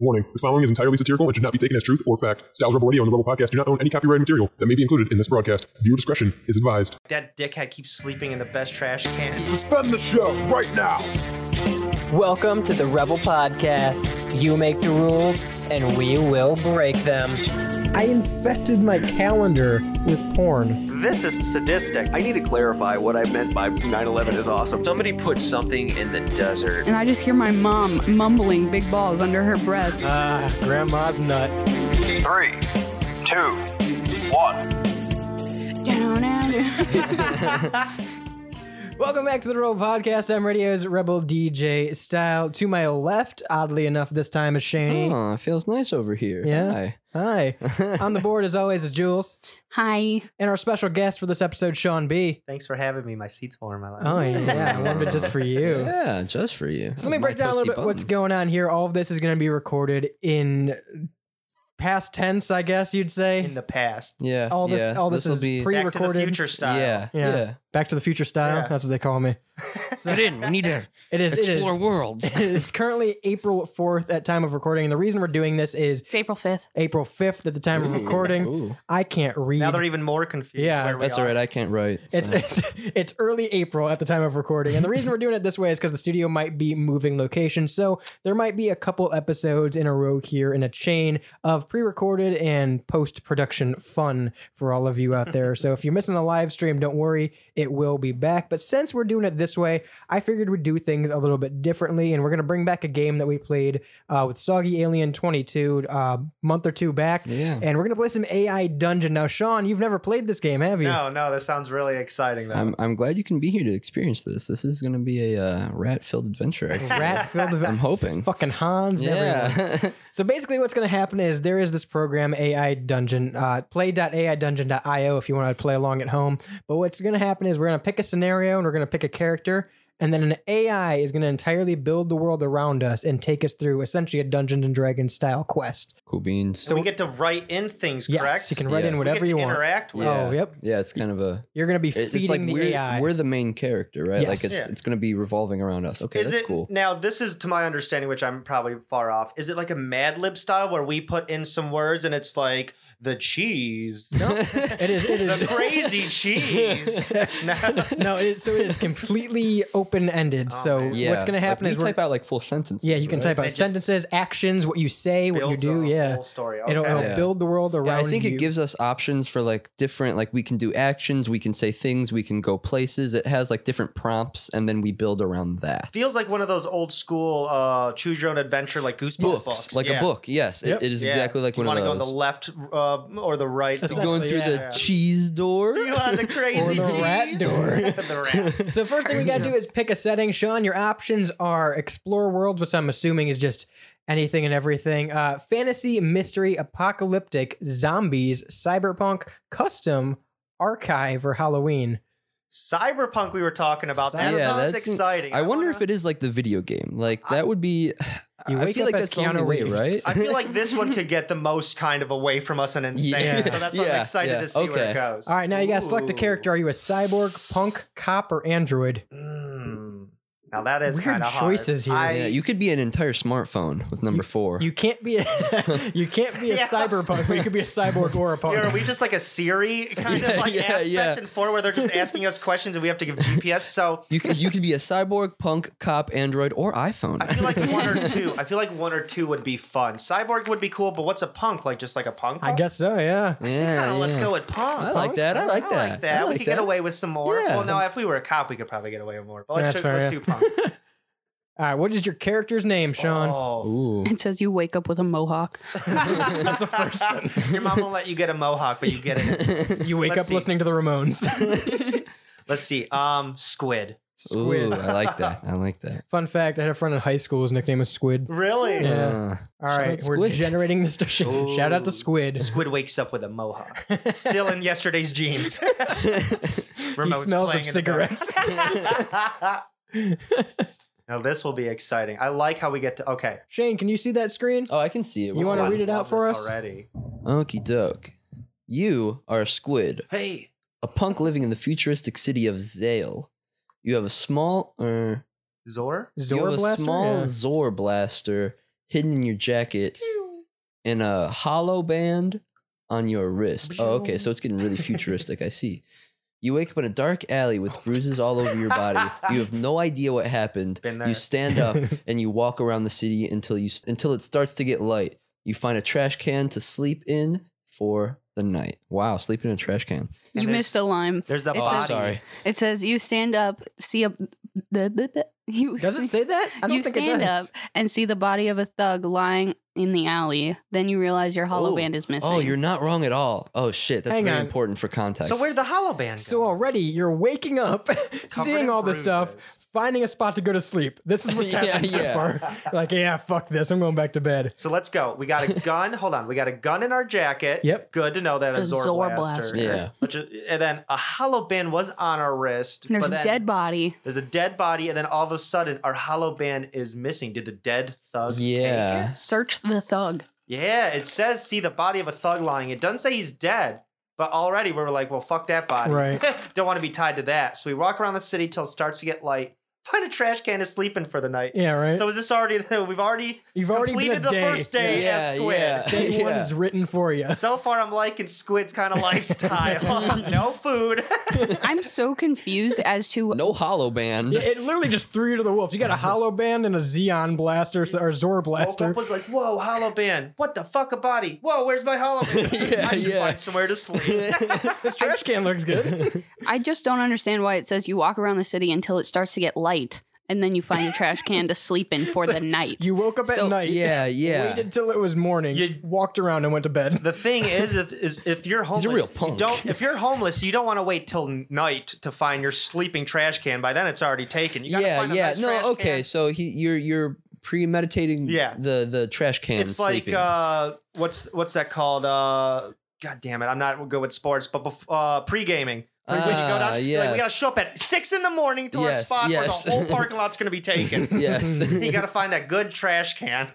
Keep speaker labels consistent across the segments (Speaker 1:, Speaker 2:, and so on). Speaker 1: Warning, the following is entirely satirical and should not be taken as truth or fact. Styles Rebel Radio and the Rebel Podcast do not own any copyrighted material that may be included in this broadcast. Viewer discretion is advised.
Speaker 2: That dickhead keeps sleeping in the best trash can.
Speaker 3: Suspend the show right now.
Speaker 4: Welcome to the Rebel Podcast. You make the rules, and we will break them.
Speaker 5: I infested my calendar with porn.
Speaker 6: This is sadistic.
Speaker 7: I need to clarify what I meant by 9/11 is awesome.
Speaker 6: Somebody put something in the desert.
Speaker 8: and I just hear my mom mumbling big balls under her breath.
Speaker 5: Ah, grandma's nut.
Speaker 3: Three, two, one.
Speaker 5: Welcome back to the Rebel Podcast. I'm Radio's Rebel DJ Style. To my left, oddly enough, this time is Shani.
Speaker 9: Oh, it feels nice over here.
Speaker 5: Yeah. Hi. On the board, as always, is Jules.
Speaker 8: Hi.
Speaker 5: And our special guest for this episode, Sean B.
Speaker 2: Thanks for having me. My seat's warm. I like
Speaker 5: Oh,
Speaker 2: it.
Speaker 5: yeah. I love it just for you.
Speaker 9: Hi. Yeah, just for you.
Speaker 5: So let me
Speaker 9: My
Speaker 5: break down a little
Speaker 9: toasty
Speaker 5: bit what's
Speaker 9: buns.
Speaker 5: going on here. All of this is going to be recorded in past tense, I guess you'd say.
Speaker 2: In the past.
Speaker 9: Yeah.
Speaker 5: all this,
Speaker 9: yeah.
Speaker 5: all this,
Speaker 9: will
Speaker 5: is
Speaker 9: be.
Speaker 2: Back to the
Speaker 5: pre-recorded.
Speaker 2: future style.
Speaker 9: Yeah.
Speaker 5: Yeah.
Speaker 9: Yeah.
Speaker 5: Back to the Future style.
Speaker 2: Yeah.
Speaker 5: That's what they call me. So-
Speaker 9: in. We need to
Speaker 5: It is. It is.
Speaker 9: worlds.
Speaker 5: It's currently April 4th at time of recording. And the reason we're doing this is
Speaker 8: It's April 5th.
Speaker 5: April 5th at the time of recording.
Speaker 9: Ooh.
Speaker 5: I can't read.
Speaker 2: Now they're even more confused.
Speaker 5: Yeah,
Speaker 2: where we
Speaker 9: That's all
Speaker 2: are.
Speaker 9: right. I can't write.
Speaker 5: It's,
Speaker 9: so-
Speaker 5: it's it's early April at the time of recording, and the reason we're doing it this way is because the studio might be moving locations, so there might be a couple episodes in a row here in a chain of pre-recorded and post-production fun for all of you out there. so if you're missing the live stream, don't worry, it will be back. But since we're doing it this way, I figured we'd do things a little bit differently, and we're gonna bring back a game that we played uh, with Soggy Alien 22 uh, a month or two back,
Speaker 9: Yeah.
Speaker 5: and we're gonna play some AI Dungeon. Now, Sean, you've never played this game, have you?
Speaker 2: No, no, that sounds really exciting, though.
Speaker 9: I'm I'm glad you can be here to experience this. This is gonna be a uh, rat filled adventure. I-
Speaker 5: rat filled with
Speaker 9: I'm hoping.
Speaker 5: fucking Hans. and everyone.
Speaker 9: yeah.
Speaker 5: So basically, what's going to happen is there is this program, AI Dungeon, uh, play.aidungeon.io if you want to play along at home. But what's going to happen is we're going to pick a scenario and we're going to pick a character. And then an AI is going to entirely build the world around us and take us through essentially a Dungeons and Dragons style quest.
Speaker 9: cool beans.
Speaker 2: so we get to write in things,
Speaker 5: Yes,
Speaker 2: correct?
Speaker 5: you can write in
Speaker 9: Yes.
Speaker 2: We
Speaker 5: whatever
Speaker 2: get
Speaker 5: you
Speaker 2: to
Speaker 5: want.
Speaker 2: interact with.
Speaker 9: Yeah.
Speaker 5: Oh, yep.
Speaker 9: Yeah, it's kind of a.
Speaker 5: You're going to be
Speaker 9: it-
Speaker 5: feeding
Speaker 9: It's like
Speaker 5: the
Speaker 9: we're
Speaker 5: AI.
Speaker 9: we're the main character, right?
Speaker 5: Yes.
Speaker 9: Like it's
Speaker 2: Yeah.
Speaker 9: it's gonna be revolving around us. Okay,
Speaker 2: Is
Speaker 9: that's
Speaker 2: it
Speaker 9: cool.
Speaker 2: now? This is to my understanding, which I'm probably far off. Is it like a Mad Lib style where we put in some words and it's like the cheese,
Speaker 5: it is. It is.
Speaker 2: the crazy cheese? No.
Speaker 5: no, it, so it is completely open ended.
Speaker 2: Oh,
Speaker 5: so
Speaker 2: man.
Speaker 9: Yeah.
Speaker 5: what's going to
Speaker 9: like,
Speaker 5: happen
Speaker 9: we
Speaker 5: is we're
Speaker 9: type out like full sentences.
Speaker 5: Yeah, you can
Speaker 9: right?
Speaker 5: type
Speaker 2: They
Speaker 5: out
Speaker 2: just
Speaker 5: sentences, actions, what you say, what you
Speaker 2: Builds
Speaker 5: do.
Speaker 2: a
Speaker 5: Yeah,
Speaker 2: whole story.
Speaker 5: it'll,
Speaker 2: Okay.
Speaker 5: it'll
Speaker 9: Yeah.
Speaker 5: build the world around.
Speaker 9: Yeah, I think
Speaker 5: you.
Speaker 9: it gives us options for like different, like we can do actions, we can say things, we can go places. It has like different prompts, and then we build around that.
Speaker 2: feels like one of those old school uh, choose your own adventure like goosebumps books,
Speaker 9: like
Speaker 2: Yeah.
Speaker 9: a book. Yes, it-
Speaker 5: Yep.
Speaker 9: it is
Speaker 2: Yeah.
Speaker 9: exactly like
Speaker 2: Do you
Speaker 9: one of
Speaker 2: wanna
Speaker 9: those.
Speaker 2: go on the left uh, or the right
Speaker 5: That's
Speaker 2: door?
Speaker 9: Going through
Speaker 5: Yeah.
Speaker 9: the
Speaker 2: Yeah.
Speaker 9: cheese door.
Speaker 2: you on the crazy
Speaker 5: Or the rat
Speaker 2: cheese?
Speaker 5: door.
Speaker 2: the rats
Speaker 5: So first thing we gotta do is pick a setting. Sean, your options are explore worlds, which I'm assuming is just anything and everything. Uh, fantasy, mystery, apocalyptic, zombies, cyberpunk, custom, archive, or Halloween.
Speaker 2: cyberpunk we were talking about that
Speaker 5: Yeah,
Speaker 2: sounds
Speaker 9: that's-
Speaker 2: exciting
Speaker 9: I wonder if
Speaker 2: wanna-
Speaker 9: it is like the video game. Like that would be.
Speaker 5: You
Speaker 9: I
Speaker 5: wake
Speaker 9: feel
Speaker 5: up
Speaker 9: like
Speaker 5: as
Speaker 9: that's the only
Speaker 5: Keanu
Speaker 9: way,
Speaker 5: Reeves.
Speaker 9: right?
Speaker 2: I feel like this one could get the most kind of away from us and insane.
Speaker 9: Yeah.
Speaker 2: So that's why I'm
Speaker 9: Yeah,
Speaker 2: excited
Speaker 9: yeah,
Speaker 2: to see where it
Speaker 9: okay.
Speaker 2: goes.
Speaker 5: All right, now you gotta select a
Speaker 2: Ooh.
Speaker 5: character. Are you a cyborg, punk, cop, or android?
Speaker 2: Mm. Now that is
Speaker 5: Weird
Speaker 2: kind of hard.
Speaker 5: choices here.
Speaker 2: I-
Speaker 9: yeah, you could be an entire smartphone with number four.
Speaker 5: You can't be a you can't be a
Speaker 2: Yeah.
Speaker 5: cyberpunk, but you could be a cyborg or a punk.
Speaker 2: Are we just like a Siri kind of
Speaker 9: Yeah,
Speaker 2: like
Speaker 9: yeah,
Speaker 2: aspect
Speaker 9: yeah.
Speaker 2: and four where they're just asking us questions and we have to give GPS? So
Speaker 9: you could, you could be a cyborg, punk, cop, android, or iPhone.
Speaker 2: I feel like one or two. I feel like one or two would be fun. Cyborg would be cool, but what's a punk? Like just like a punk?
Speaker 5: I guess so. Yeah.
Speaker 9: yeah,
Speaker 2: Kinda, Let's
Speaker 9: yeah.
Speaker 2: go with punk.
Speaker 9: I like that. I like
Speaker 2: I
Speaker 9: that.
Speaker 2: like that.
Speaker 9: I
Speaker 2: we
Speaker 9: like
Speaker 2: could get
Speaker 9: that.
Speaker 2: away with some more.
Speaker 9: Yeah.
Speaker 2: well, no, if we were a cop, we could probably get away with more. But let's,
Speaker 5: That's
Speaker 2: do- let's do
Speaker 5: fair,
Speaker 2: punk.
Speaker 5: All right. What is your character's name, Sean?
Speaker 2: Oh.
Speaker 9: Ooh.
Speaker 8: It says you wake up with a mohawk.
Speaker 2: That's the first Your mom won't let you get a mohawk, but you get it.
Speaker 9: Oh,
Speaker 5: you wake
Speaker 2: let's
Speaker 5: up
Speaker 2: see.
Speaker 5: listening to the Ramones.
Speaker 2: Let's see. Um, squid.
Speaker 5: Squid.
Speaker 9: Ooh, I like that. I like that.
Speaker 5: Fun fact: I had a friend in high school. His nickname was Squid.
Speaker 2: Really?
Speaker 9: Uh,
Speaker 5: All
Speaker 9: Shout
Speaker 5: right,
Speaker 9: out
Speaker 5: we're
Speaker 9: Squid.
Speaker 5: generating this. Shout out to Squid.
Speaker 2: Squid wakes up with a mohawk, still in yesterday's jeans.
Speaker 5: He
Speaker 2: Remote's
Speaker 5: smells of
Speaker 2: playing in the background.
Speaker 5: cigarettes.
Speaker 2: now this will be exciting. I like how we get to. Okay,
Speaker 5: Shane, can you see that screen?
Speaker 9: oh, I can see it.
Speaker 5: You wanna
Speaker 2: I
Speaker 5: read it
Speaker 2: love
Speaker 5: out for
Speaker 2: this
Speaker 5: us?
Speaker 2: already?
Speaker 9: Okie doke. You are a squid,
Speaker 2: Hey,
Speaker 9: a punk living in the futuristic city of Zale. You have a small, er,
Speaker 2: Zor.
Speaker 9: you have a
Speaker 5: Zorblaster.
Speaker 9: small
Speaker 5: Yeah.
Speaker 9: Zor blaster hidden in your jacket in a hollow band on your wrist. Oh, okay. So it's getting really futuristic. I see. You wake up in a dark alley with bruises all over your body. You have no idea what happened.
Speaker 2: Been there.
Speaker 9: You stand up and you walk around the city until you until it starts to get light. You find a trash can to sleep in for the night. Wow, sleep in a trash can.
Speaker 2: And
Speaker 8: you
Speaker 2: there's-
Speaker 8: missed a line.
Speaker 2: There's a
Speaker 8: It's a-
Speaker 2: body.
Speaker 9: Oh, Sorry.
Speaker 8: It says you stand up, see a. The, the, the, you
Speaker 5: Does it say that? I don't
Speaker 8: you
Speaker 5: think
Speaker 8: stand
Speaker 5: it does.
Speaker 8: up and see the body of a thug lying in the alley. Then you realize your hollow
Speaker 9: Oh.
Speaker 8: band is missing.
Speaker 9: Oh, you're not wrong at all. Oh shit, that's
Speaker 5: Hang
Speaker 9: very
Speaker 5: on.
Speaker 9: important for context.
Speaker 2: So where'd the hollow band go?
Speaker 5: So already you're waking up, seeing
Speaker 2: in
Speaker 5: all this stuff,
Speaker 2: bruises.
Speaker 5: finding a spot to go to sleep. This is what's
Speaker 9: Yeah,
Speaker 5: happened so
Speaker 9: yeah.
Speaker 5: far. Like, yeah, fuck this. I'm going back to bed.
Speaker 2: So let's go. We got a gun. Hold on. We got a gun in our jacket.
Speaker 5: Yep.
Speaker 2: Good to know that
Speaker 8: It's
Speaker 2: a
Speaker 8: a
Speaker 2: Zor,
Speaker 8: Zor
Speaker 2: blaster.
Speaker 8: blaster.
Speaker 9: Yeah.
Speaker 2: Which is- and then a hollow band was on our wrist.
Speaker 8: There's
Speaker 2: but
Speaker 8: a
Speaker 2: then
Speaker 8: dead body.
Speaker 2: There's a dead body, and then all of a sudden, our hollow band is missing. Did the dead thug? take
Speaker 9: Yeah.
Speaker 2: it?
Speaker 8: Search the thug.
Speaker 2: Yeah. It says see the body of a thug lying. It doesn't say he's dead. But already we were like, well, fuck that body.
Speaker 5: Right.
Speaker 2: Don't want to be tied to that. So we walk around the city till it starts to get light. Find a trash can to sleep in for the night.
Speaker 5: Yeah, right.
Speaker 2: So is this already? We've already
Speaker 5: You've already been
Speaker 2: completed
Speaker 5: a
Speaker 2: the
Speaker 5: day.
Speaker 2: first day
Speaker 9: Yeah,
Speaker 2: as Squid.
Speaker 9: yeah.
Speaker 5: day one
Speaker 9: Yeah.
Speaker 5: is written for you.
Speaker 2: So far, I'm liking Squid's kind of lifestyle. no food.
Speaker 8: I'm so confused as to
Speaker 9: no hollow band.
Speaker 5: Yeah, it literally just threw you to the wolves. You got a hollow band and a Xeon blaster so- or Zor
Speaker 2: Woke
Speaker 5: blaster.
Speaker 2: up was like, "Whoa, hollow band! What the fuck, a body! Whoa, where's my hollow band?
Speaker 9: Yeah,
Speaker 2: I should
Speaker 9: yeah.
Speaker 2: find somewhere to sleep."
Speaker 5: This trash can looks good.
Speaker 8: I just don't understand why it says you walk around the city until it starts to get light and then you find a trash can to sleep in for the night.
Speaker 5: You woke up at
Speaker 8: So-
Speaker 5: night.
Speaker 9: Yeah, yeah.
Speaker 5: Waited till it was morning.
Speaker 2: You-
Speaker 5: walked around and went to bed.
Speaker 2: the thing is, if is if you're homeless,
Speaker 9: a real
Speaker 2: you
Speaker 9: punk.
Speaker 2: don't. If you're homeless, you don't want to wait till night to find your sleeping trash can. By then, it's already taken. You gotta
Speaker 9: yeah,
Speaker 2: find a
Speaker 9: yeah.
Speaker 2: nice trash
Speaker 9: no, okay.
Speaker 2: can.
Speaker 9: So he, you're you're premeditating.
Speaker 2: Yeah.
Speaker 9: The the trash can.
Speaker 2: It's like
Speaker 9: sleeping.
Speaker 2: uh, what's what's that called? Uh, God damn it, I'm not good with sports, but bef- uh, pre gaming. When when you go down,
Speaker 9: Ah,
Speaker 2: you're like,
Speaker 9: yeah.
Speaker 2: we gotta show up at six in the morning to our
Speaker 9: Yes,
Speaker 2: spot
Speaker 9: yes.
Speaker 2: where the whole parking lot's gonna be taken.
Speaker 9: yes.
Speaker 2: you gotta find that good trash can.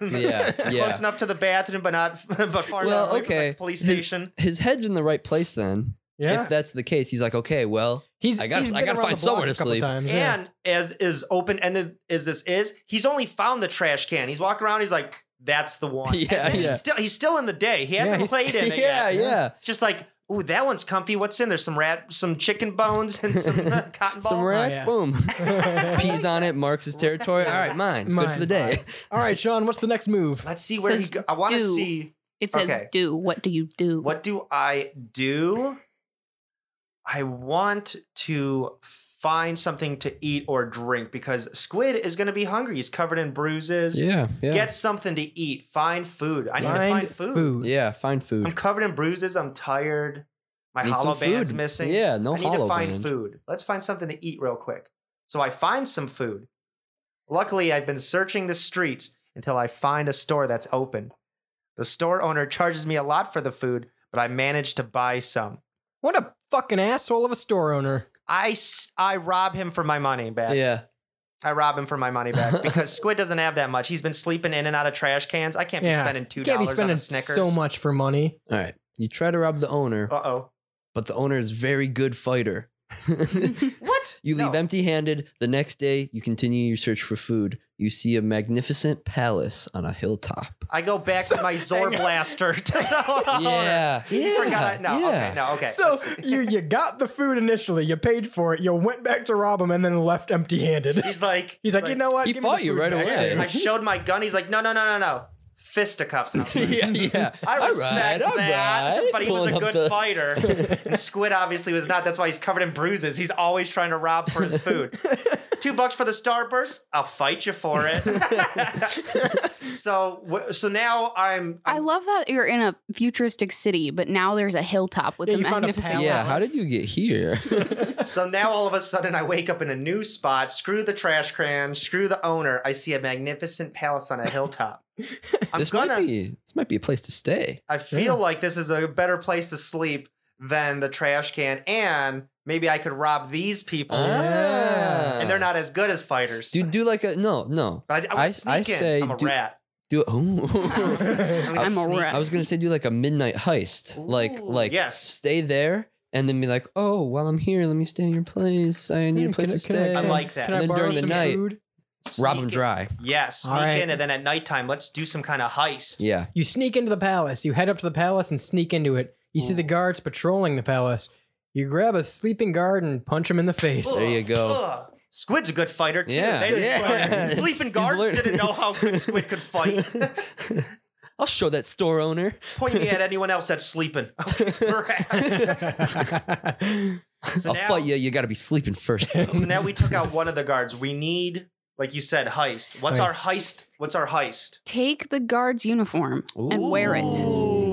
Speaker 9: yeah.
Speaker 2: Close
Speaker 9: Yeah.
Speaker 2: enough to the bathroom, but not but far enough
Speaker 9: Well,
Speaker 2: away from
Speaker 9: okay.
Speaker 2: the police
Speaker 9: His-
Speaker 2: station.
Speaker 9: His head's in the right place then.
Speaker 5: Yeah.
Speaker 9: If that's the case, he's like, okay, well,
Speaker 5: he's,
Speaker 9: I gotta-
Speaker 5: he's
Speaker 9: I
Speaker 5: been
Speaker 9: gotta
Speaker 5: around
Speaker 9: find
Speaker 5: the block
Speaker 9: somewhere
Speaker 5: a
Speaker 9: to
Speaker 5: couple
Speaker 9: sleep.
Speaker 5: times, yeah.
Speaker 2: And as is open ended as this is, he's only found the trash can. He's walking around. He's like, "That's the one."
Speaker 9: Yeah,
Speaker 2: And then
Speaker 9: yeah.
Speaker 2: He's still he's still in the day. He hasn't
Speaker 5: he's-
Speaker 2: played in it
Speaker 9: yeah,
Speaker 2: yet.
Speaker 9: yeah.
Speaker 2: Just like, ooh, that one's comfy. What's in there? Some rat, some chicken bones, and some uh, cotton balls.
Speaker 9: Some rat,
Speaker 5: yeah.
Speaker 9: boom. Pees on it, marks his territory. All right, mine. Good
Speaker 5: Mine,
Speaker 9: for the day.
Speaker 5: All right, Sean, what's the next move?
Speaker 2: Let's see where
Speaker 8: Says
Speaker 2: he. Go- I want to
Speaker 8: do.
Speaker 2: see
Speaker 8: It says
Speaker 2: Okay.
Speaker 8: do. What do you do?
Speaker 2: what do I do? I want to find something to eat or drink because Squid is going to be hungry. He's covered in bruises.
Speaker 9: Yeah, yeah.
Speaker 2: Get something to eat. Find food. I need to find food.
Speaker 9: yeah, find
Speaker 2: I'm
Speaker 9: food.
Speaker 2: covered in bruises. I'm tired. My
Speaker 9: Need
Speaker 2: hollow
Speaker 9: some food.
Speaker 2: band's missing.
Speaker 9: Yeah, no
Speaker 2: I need to
Speaker 9: hollow
Speaker 2: find
Speaker 9: band.
Speaker 2: food. Let's find something to eat real quick. So I find some food. Luckily, I've been searching the streets until I find a store that's open. The store owner charges me a lot for the food, but I managed to buy some.
Speaker 5: What a fucking asshole of a store owner.
Speaker 2: I, s- I rob him for my money back.
Speaker 9: Yeah.
Speaker 2: I rob him for my money back because Squid doesn't have that much. He's been sleeping in and out of trash cans. I can't be
Speaker 5: yeah.
Speaker 2: spending two
Speaker 5: Can't be
Speaker 2: dollars on
Speaker 5: spending
Speaker 2: a Snickers.
Speaker 5: so much for money.
Speaker 9: All right. You try to rob the owner,
Speaker 2: Uh oh.
Speaker 9: but the owner is very good fighter.
Speaker 2: What?
Speaker 9: You leave
Speaker 2: No.
Speaker 9: empty handed. The next day, you continue your search for food. You see a magnificent palace on a hilltop.
Speaker 2: I go back with my Zor blaster. to the
Speaker 9: Yeah.
Speaker 2: You
Speaker 9: Yeah,
Speaker 2: forgot. I, no,
Speaker 9: yeah.
Speaker 2: okay, no, okay.
Speaker 5: So you you got the food initially, you paid for it, you went back to rob him, and then left empty-handed.
Speaker 2: he's like,
Speaker 5: He's like, you know what?
Speaker 9: He
Speaker 5: Give me the
Speaker 9: fought you
Speaker 5: food
Speaker 9: right
Speaker 5: back."
Speaker 9: away.
Speaker 2: I showed my gun. He's like, no, no, no, no, no. Fisticuffs. And I'm like,
Speaker 9: yeah, yeah.
Speaker 2: I respect that, but he was
Speaker 9: Pulling
Speaker 2: a
Speaker 9: up
Speaker 2: good
Speaker 9: the-
Speaker 2: fighter. And Squid obviously was not. That's why he's covered in bruises. He's always trying to rob for his food. Two bucks for the starburst. I'll fight you for it. so, wh- so now I'm.
Speaker 8: I
Speaker 2: I'm
Speaker 8: love that you're in a futuristic city, but now there's a hilltop with
Speaker 5: Yeah,
Speaker 8: a
Speaker 5: you found a
Speaker 8: magnificent.
Speaker 5: palace.
Speaker 9: Yeah, how did you get here?
Speaker 2: so now all of a sudden I wake up in a new spot. Screw the trash can. Screw the owner. I see a magnificent palace on a hilltop. I'm
Speaker 9: this
Speaker 2: gonna.
Speaker 9: might be this might be a place to stay.
Speaker 2: I feel
Speaker 5: Yeah.
Speaker 2: like this is a better place to sleep than the trash can, and maybe I could rob these people,
Speaker 9: Ah.
Speaker 2: and they're not as good as fighters.
Speaker 9: Do do like a no no.
Speaker 2: but I, I,
Speaker 9: I-
Speaker 2: would sneak
Speaker 9: I
Speaker 2: in.
Speaker 9: say
Speaker 2: I'm a
Speaker 9: do-
Speaker 2: rat.
Speaker 9: Do ooh.
Speaker 2: I'm,
Speaker 8: I'm a
Speaker 2: sneak-
Speaker 8: rat.
Speaker 9: I was gonna say do like a midnight heist, like
Speaker 2: Ooh,
Speaker 9: like
Speaker 2: yes.
Speaker 9: stay there and then be like, oh, while I'm here, let me stay in your place. I need a place to
Speaker 5: Can I-
Speaker 9: stay.
Speaker 5: can
Speaker 2: I like that.
Speaker 5: Can I
Speaker 9: And then
Speaker 5: borrow
Speaker 9: during the
Speaker 5: some
Speaker 9: night-
Speaker 5: food?
Speaker 9: Rob
Speaker 2: Sneak
Speaker 9: them
Speaker 2: in-
Speaker 9: dry.
Speaker 2: Yeah, sneak
Speaker 5: All right.
Speaker 2: in, and then at nighttime, let's do some kind of heist.
Speaker 9: Yeah.
Speaker 5: You sneak into the palace. You head up to the palace and sneak into it. You see the guards patrolling the palace. You grab a sleeping guard and punch him in the face.
Speaker 9: There you go.
Speaker 2: Ugh. Squid's a good fighter too.
Speaker 9: Yeah.
Speaker 2: They didn't-
Speaker 9: Yeah.
Speaker 2: Sleeping
Speaker 9: He's
Speaker 2: guards
Speaker 9: learning.
Speaker 2: didn't know how good Squid could fight.
Speaker 9: I'll show that store owner.
Speaker 2: Point me at anyone else that's sleeping. I'll kick their ass. So
Speaker 9: I'll
Speaker 2: now-
Speaker 9: fight you. You got to be sleeping first.
Speaker 2: So now we took out one of the guards. We need, like you said, heist. What's our heist? What's our heist?
Speaker 8: Take the guard's uniform and wear it.
Speaker 2: Ooh.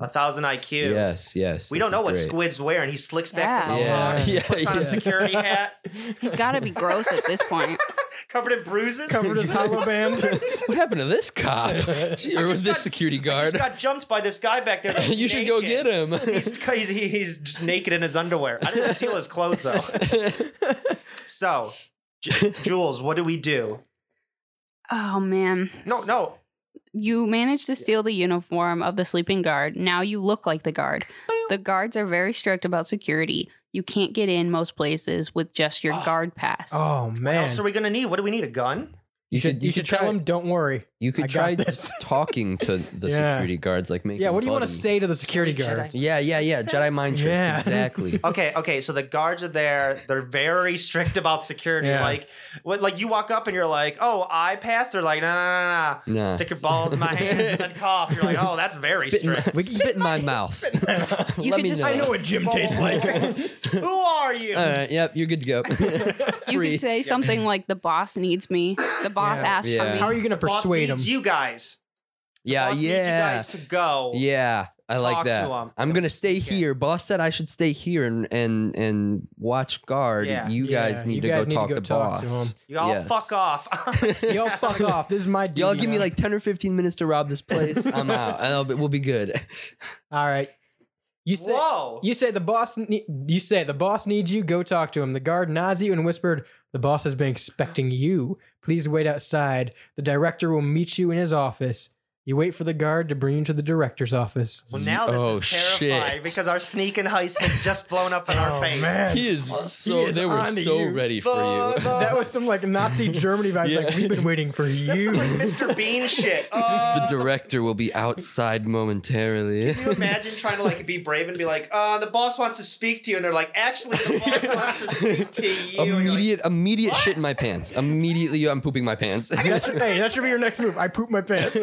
Speaker 2: A thousand IQ.
Speaker 9: Yes, yes.
Speaker 2: We
Speaker 9: this
Speaker 2: don't know
Speaker 9: is
Speaker 2: what
Speaker 9: great.
Speaker 2: Squid's wearing. He slicks back the
Speaker 8: Yeah.
Speaker 2: mohawk,
Speaker 9: Yeah, yeah,
Speaker 2: puts on a
Speaker 9: yeah.
Speaker 2: security hat,
Speaker 8: He's got to be gross at this point.
Speaker 2: covered in bruises.
Speaker 5: Covered his hollow band.
Speaker 9: What happened to this cop? Gee, or was this
Speaker 2: got-
Speaker 9: security
Speaker 2: He
Speaker 9: guard?
Speaker 2: just got jumped by this guy back there.
Speaker 9: You should go
Speaker 2: naked.
Speaker 9: get him.
Speaker 2: He's, he's, he's just naked in his underwear. I didn't steal his clothes though. So, J- Jules, what do we do?
Speaker 8: Oh man.
Speaker 2: No, no.
Speaker 8: You managed to steal the uniform of the sleeping guard. Now you look like the guard. The guards are very strict about security. You can't get in most places with just your guard pass.
Speaker 5: Oh
Speaker 2: What
Speaker 5: man!
Speaker 2: else are we gonna need? What do we need? A gun?
Speaker 5: you should you, should tell him, don't worry.
Speaker 9: You could
Speaker 5: I got
Speaker 9: try
Speaker 5: this.
Speaker 9: talking to the
Speaker 5: Yeah.
Speaker 9: security guards, like making.
Speaker 5: Yeah, what do you want to
Speaker 9: fun.
Speaker 5: say to the security
Speaker 2: Jedi.
Speaker 5: guard?
Speaker 9: Yeah, yeah, yeah. Jedi mind tricks.
Speaker 5: Yeah.
Speaker 9: Exactly.
Speaker 2: Okay, okay. So the guards are there. They're very strict about security.
Speaker 5: Yeah.
Speaker 2: Like, what? Like you walk up and you're like, "Oh, I pass." They're like, "No, no, no, no.
Speaker 9: Nah.
Speaker 2: Stick your balls in my hand and then cough." You're like, "Oh, that's very
Speaker 9: Spit in my-
Speaker 2: strict."
Speaker 9: spit in my mouth.
Speaker 8: You
Speaker 9: Let
Speaker 8: could
Speaker 9: me
Speaker 8: just-
Speaker 9: know.
Speaker 8: I know
Speaker 5: what Jim tastes like.
Speaker 2: Who are you?
Speaker 9: All right. Yep. You're good to go.
Speaker 8: you
Speaker 9: Free.
Speaker 8: could say something like, "The boss needs me. The boss
Speaker 5: Yeah.
Speaker 8: asked
Speaker 9: Yeah.
Speaker 8: for me."
Speaker 5: How are you going to
Speaker 2: Boss
Speaker 5: persuade
Speaker 2: needs
Speaker 5: him?
Speaker 2: you guys.
Speaker 9: yeah.
Speaker 2: Boss needs you
Speaker 9: Yeah.
Speaker 2: guys to go.
Speaker 9: Yeah. I like
Speaker 2: Talk to
Speaker 9: that.
Speaker 2: 'em.
Speaker 9: I'm gonna stay here. Boss said I should stay here and and and watch guard.
Speaker 2: Yeah.
Speaker 9: You guys
Speaker 5: Yeah,
Speaker 9: need
Speaker 5: you
Speaker 9: to
Speaker 5: guys need
Speaker 9: go
Speaker 5: to
Speaker 9: talk
Speaker 5: go
Speaker 9: to
Speaker 5: talk to
Speaker 9: boss.
Speaker 5: him.
Speaker 2: You all
Speaker 9: Yes.
Speaker 2: fuck off.
Speaker 5: Y'all fuck off. This is my duty.
Speaker 9: Y'all give me
Speaker 5: now.
Speaker 9: like 10 or 15 minutes to rob this place. I'm out. And I'll be, we'll be good.
Speaker 5: All right. You say
Speaker 2: Whoa.
Speaker 5: you say the boss. Ne- you say the boss needs you. Go talk to him. The guard nods at you and whispered, "The boss has been expecting you. Please wait outside. The director will meet you in his office." You wait for the guard to bring you to the director's office.
Speaker 2: well, now this
Speaker 9: Oh,
Speaker 2: is terrifying
Speaker 9: shit.
Speaker 2: because our sneak and heist has just blown up in
Speaker 5: Oh,
Speaker 2: our face.
Speaker 9: He is so.
Speaker 5: is
Speaker 9: they were
Speaker 5: onto
Speaker 9: so
Speaker 5: you.
Speaker 9: ready for
Speaker 2: The-
Speaker 9: you.
Speaker 2: the-
Speaker 5: That was some like Nazi Germany vibes.
Speaker 9: Yeah.
Speaker 5: Like we've been waiting for
Speaker 2: That's
Speaker 5: you.
Speaker 2: some, like Mr. Bean shit. Uh,
Speaker 9: The director will be outside momentarily.
Speaker 2: can you imagine trying to like be brave and be like, uh, the boss wants to speak to you, and they're like, actually, the boss wants to speak to you. And you're like,
Speaker 9: Immediate, immediate shit in my pants. Immediately, I'm pooping my pants.
Speaker 5: That should- hey, that should be your next move. I poop my pants.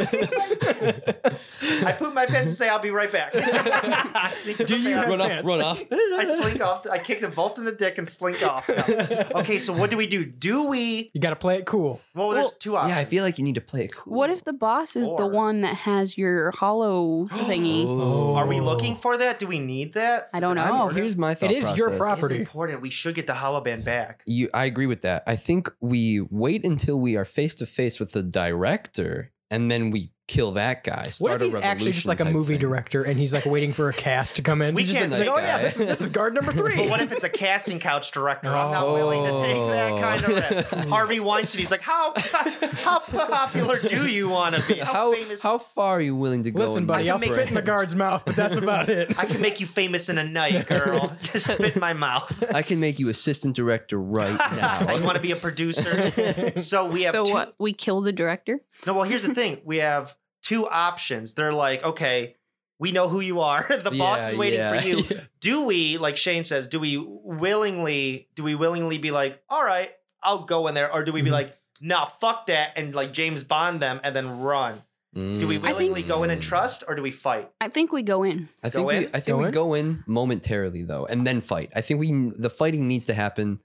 Speaker 2: I poop my pants and say, I'll be right back. I sneak in
Speaker 5: Do
Speaker 2: my
Speaker 5: you
Speaker 2: pants.
Speaker 5: have-
Speaker 9: run off,
Speaker 5: pants.
Speaker 9: run off.
Speaker 2: I slink off. I kick them both in the dick and slink off. No. Okay, so what do we do? Do we?
Speaker 5: you got to play it cool.
Speaker 2: Well, there's two options.
Speaker 9: Yeah, I feel like you need to play it cool.
Speaker 8: What if the boss is the
Speaker 2: Or-
Speaker 8: one that has your hollow thingy?
Speaker 9: Oh,
Speaker 2: Are we looking for that? Do we need that?
Speaker 8: I don't
Speaker 9: I'm-
Speaker 8: know.
Speaker 9: here's my thought.
Speaker 5: It is your
Speaker 9: process.
Speaker 2: It's
Speaker 5: property.
Speaker 2: important. We should get the hollow band back.
Speaker 9: You, I agree with that. I think we wait until we are face to face with the director, and then we kill that guy.
Speaker 5: What if
Speaker 9: Start
Speaker 5: he's
Speaker 9: a
Speaker 5: actually just
Speaker 9: revolution
Speaker 5: like a
Speaker 9: type
Speaker 5: movie
Speaker 9: thing.
Speaker 5: director and he's like waiting for a cast to come in?
Speaker 2: We
Speaker 5: He's
Speaker 2: can't
Speaker 5: just
Speaker 9: take
Speaker 5: like, oh yeah,
Speaker 9: that.
Speaker 5: this is, this is guard number three.
Speaker 2: But what if it's a casting couch director? I'm not willing to take
Speaker 9: Oh.
Speaker 2: that kind of risk. Harvey Weinstein, he's like, how how popular do you want to be? How,
Speaker 9: How
Speaker 2: famous?
Speaker 9: how far are you willing to go?
Speaker 5: Listen,
Speaker 9: in
Speaker 5: buddy,
Speaker 9: this
Speaker 5: I'll spit in the
Speaker 9: brand?
Speaker 5: guard's mouth, but that's about it.
Speaker 2: I can make you famous in a night, girl. Just spit in my mouth.
Speaker 9: I can make you assistant director right
Speaker 2: you
Speaker 9: now.
Speaker 2: want to be a producer? So we have
Speaker 8: So
Speaker 2: two.
Speaker 8: what? We kill the director.
Speaker 2: No, well, here's the thing. We have two options. They're like, okay, we know who you are. The boss
Speaker 9: Yeah,
Speaker 2: is waiting
Speaker 9: yeah,
Speaker 2: for you.
Speaker 9: yeah.
Speaker 2: Do we, like Shane says, do we willingly, do we willingly be like, all right, I'll go in there, or do we
Speaker 9: Mm-hmm.
Speaker 2: be
Speaker 5: Mhm.
Speaker 2: like, nah, fuck that, and like James Bond them and then run? Do we
Speaker 9: Mm.
Speaker 8: think-
Speaker 2: willingly go in and trust, or do we fight?
Speaker 8: I think we go in.
Speaker 9: I
Speaker 2: Go
Speaker 9: think we,
Speaker 2: in?
Speaker 9: I think
Speaker 5: Go
Speaker 9: we
Speaker 5: in?
Speaker 9: go in momentarily though, and then fight. I think we the fighting needs to happen.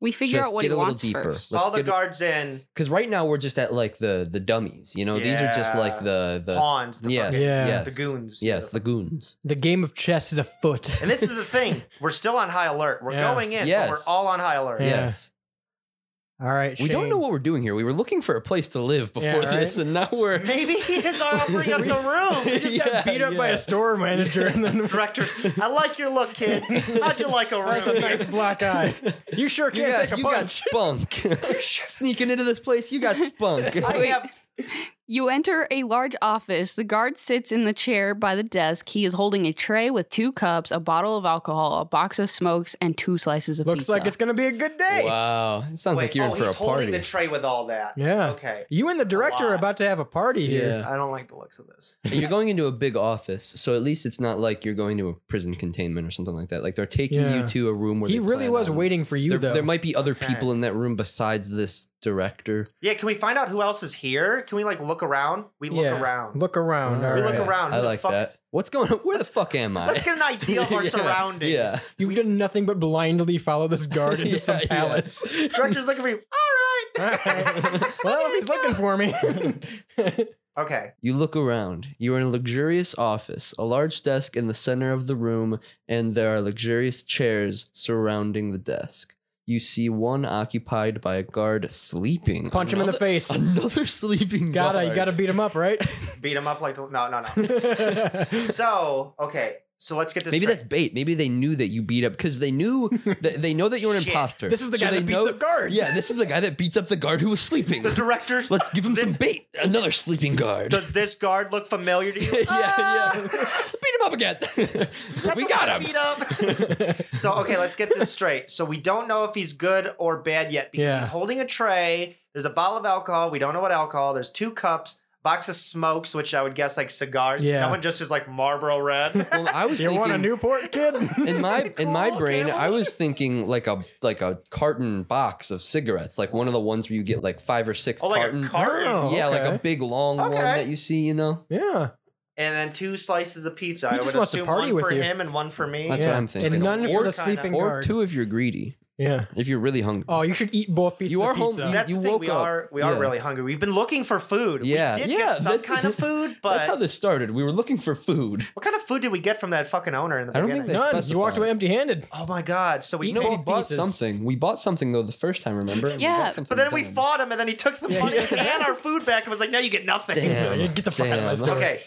Speaker 8: We figure
Speaker 9: just
Speaker 8: out what
Speaker 9: get
Speaker 8: he
Speaker 9: a little
Speaker 8: wants
Speaker 9: deeper.
Speaker 8: first.
Speaker 2: All the guards in,
Speaker 9: because right now we're just at like the the dummies. You know, these are just
Speaker 2: Yeah.
Speaker 9: like the the
Speaker 2: pawns, the,
Speaker 9: yes,
Speaker 2: fucking-
Speaker 5: Yeah.
Speaker 9: yes,
Speaker 2: the goons.
Speaker 9: Yes, the goons.
Speaker 5: The game of chess is afoot.
Speaker 2: and this is the thing. We're still on high alert. We're
Speaker 5: Yeah.
Speaker 2: going in, but
Speaker 9: Yes.
Speaker 2: we're all on high alert.
Speaker 5: Yeah.
Speaker 9: Yes,
Speaker 5: All right,
Speaker 9: we don't know
Speaker 5: Shane.
Speaker 9: what we're doing here. We were looking for a place to live before
Speaker 5: right?
Speaker 9: this, and now we're
Speaker 2: Maybe he is offering us a room.
Speaker 5: We just
Speaker 9: Yeah,
Speaker 5: got beat up by
Speaker 9: yeah.
Speaker 5: a store manager and then
Speaker 2: directors. I like your look, kid. How'd you like a
Speaker 5: that's a
Speaker 2: room?
Speaker 5: nice black eye. You sure
Speaker 9: you
Speaker 5: can't
Speaker 9: got,
Speaker 5: take a
Speaker 9: you got
Speaker 5: punch.
Speaker 9: spunk. Sneaking into this place, you got spunk.
Speaker 2: I have
Speaker 8: You enter a large office. The guard sits in the chair by the desk. He is holding a tray with two cups, a bottle of alcohol, a box of smokes, and two slices of
Speaker 5: Looks
Speaker 8: pizza.
Speaker 5: like it's gonna be a good day.
Speaker 9: Wow. It sounds like
Speaker 2: Wait,
Speaker 9: you're
Speaker 2: oh,
Speaker 9: in for
Speaker 2: he's
Speaker 9: a party.
Speaker 2: holding the tray with all that.
Speaker 5: Yeah.
Speaker 2: Okay.
Speaker 5: You and the director are
Speaker 2: lot.
Speaker 5: about to have a party here.
Speaker 9: yeah.
Speaker 2: I don't like the looks of this.
Speaker 9: And you're going into a big office, so at least it's not like you're going to a prison containment or something like that. Like they're taking
Speaker 5: Yeah.
Speaker 9: you to a room where
Speaker 5: He
Speaker 9: they
Speaker 5: really
Speaker 9: plan
Speaker 5: was
Speaker 9: on-
Speaker 5: waiting for you
Speaker 9: There,
Speaker 5: though.
Speaker 9: there might be other
Speaker 2: Okay.
Speaker 9: people in that room besides this director.
Speaker 2: Yeah, can we find out who else is here? Can we like look around? We look
Speaker 5: Yeah.
Speaker 2: around.
Speaker 5: Look around.
Speaker 2: We
Speaker 5: all
Speaker 2: look
Speaker 5: right.
Speaker 2: around.
Speaker 9: I
Speaker 2: Who the
Speaker 9: like
Speaker 2: fuck-
Speaker 9: that. What's going on? Where the fuck am I?
Speaker 2: Let's get an idea of our
Speaker 9: Yeah,
Speaker 2: surroundings.
Speaker 9: yeah.
Speaker 5: You've done nothing but blindly follow this guard into
Speaker 9: Yeah,
Speaker 5: some
Speaker 9: yeah.
Speaker 5: palace.
Speaker 2: Director's looking for you. All
Speaker 5: All
Speaker 2: right.
Speaker 5: right. well, if he's looking for me.
Speaker 2: okay.
Speaker 9: You look around. You are in a luxurious office, a large desk in the center of the room, and there are luxurious chairs surrounding the desk. You see one occupied by a guard sleeping.
Speaker 5: Punch him in the
Speaker 9: Another-
Speaker 5: face.
Speaker 9: Another sleeping
Speaker 5: Gotta,
Speaker 9: guard.
Speaker 5: you gotta beat him up, right?
Speaker 2: Beat him up like the, no, no, no. So okay. So let's get this.
Speaker 9: Maybe
Speaker 2: straight.
Speaker 9: that's bait. Maybe they knew that you beat up because they knew that they know that you're an
Speaker 2: Shit.
Speaker 9: imposter.
Speaker 5: This is the guy
Speaker 9: they
Speaker 5: that beats
Speaker 9: know-
Speaker 5: up guards.
Speaker 9: Yeah, this is the guy that beats up the guard who was sleeping.
Speaker 2: the director.
Speaker 9: Let's give him
Speaker 2: this,
Speaker 9: some bait. Another sleeping guard.
Speaker 2: Does this guard look familiar to you?
Speaker 9: yeah,
Speaker 2: Ah,
Speaker 9: yeah. Beat him up again.
Speaker 2: that's
Speaker 9: we
Speaker 2: the
Speaker 9: got
Speaker 2: one I
Speaker 9: him.
Speaker 2: Beat up. so okay, let's get this straight. So we don't know if he's good or bad yet because
Speaker 5: Yeah.
Speaker 2: he's holding a tray. There's a bottle of alcohol. We don't know what alcohol. There's two cups, box of smokes, which I would guess like cigars.
Speaker 5: Yeah.
Speaker 2: That one just is like Marlboro Red.
Speaker 9: Well, I was
Speaker 5: you
Speaker 9: thinking
Speaker 5: want a Newport, kid?
Speaker 9: in my in my
Speaker 2: Cool,
Speaker 9: brain,
Speaker 2: okay.
Speaker 9: I was thinking like a like a carton box of cigarettes, like one of the ones where you get like five or six.
Speaker 2: Oh, like
Speaker 9: carton.
Speaker 2: a carton.
Speaker 5: Oh,
Speaker 9: Yeah, like a
Speaker 5: okay.
Speaker 9: big long one
Speaker 2: Okay.
Speaker 9: that you see. You know,
Speaker 5: yeah.
Speaker 2: And then two slices of pizza.
Speaker 5: He
Speaker 2: I
Speaker 5: just
Speaker 2: would
Speaker 5: wants to
Speaker 2: assume
Speaker 5: party
Speaker 2: one
Speaker 5: with
Speaker 2: for
Speaker 5: you.
Speaker 2: him and one for me.
Speaker 9: That's
Speaker 5: yeah.
Speaker 9: what I'm thinking.
Speaker 5: And none for
Speaker 2: Or
Speaker 5: the
Speaker 2: kinda-
Speaker 5: sleeping
Speaker 9: or
Speaker 5: guard.
Speaker 9: two if you're greedy.
Speaker 5: Yeah.
Speaker 9: If you're really hungry.
Speaker 5: Oh, you should eat both pieces
Speaker 9: You are
Speaker 5: of
Speaker 9: home-
Speaker 5: pizza.
Speaker 9: you-
Speaker 2: That's the thing.
Speaker 9: woke
Speaker 2: We
Speaker 9: up.
Speaker 2: are we are
Speaker 9: Yeah.
Speaker 2: really hungry. We've been looking for food.
Speaker 9: Yeah,
Speaker 2: we did
Speaker 9: yeah,
Speaker 2: get some
Speaker 9: that's-
Speaker 2: kind of food, but
Speaker 9: That's how this started. We were looking for food.
Speaker 2: what kind of food did we get from that fucking owner in the
Speaker 9: I don't
Speaker 2: beginning?
Speaker 9: think they
Speaker 5: None.
Speaker 9: specified.
Speaker 5: You walked away empty-handed.
Speaker 2: oh my god! So we
Speaker 5: Eat both
Speaker 9: We bought
Speaker 5: pieces.
Speaker 9: something. We bought something though the first time. Remember? And we
Speaker 8: Yeah.
Speaker 9: got something
Speaker 2: but then we
Speaker 9: done.
Speaker 2: fought him, and then he took the
Speaker 5: Yeah,
Speaker 2: money
Speaker 5: yeah.
Speaker 2: and our food back, and was like, "Now you get nothing."
Speaker 9: Damn.
Speaker 5: Get the fuck out of my
Speaker 9: Damn.
Speaker 5: store.
Speaker 2: Okay.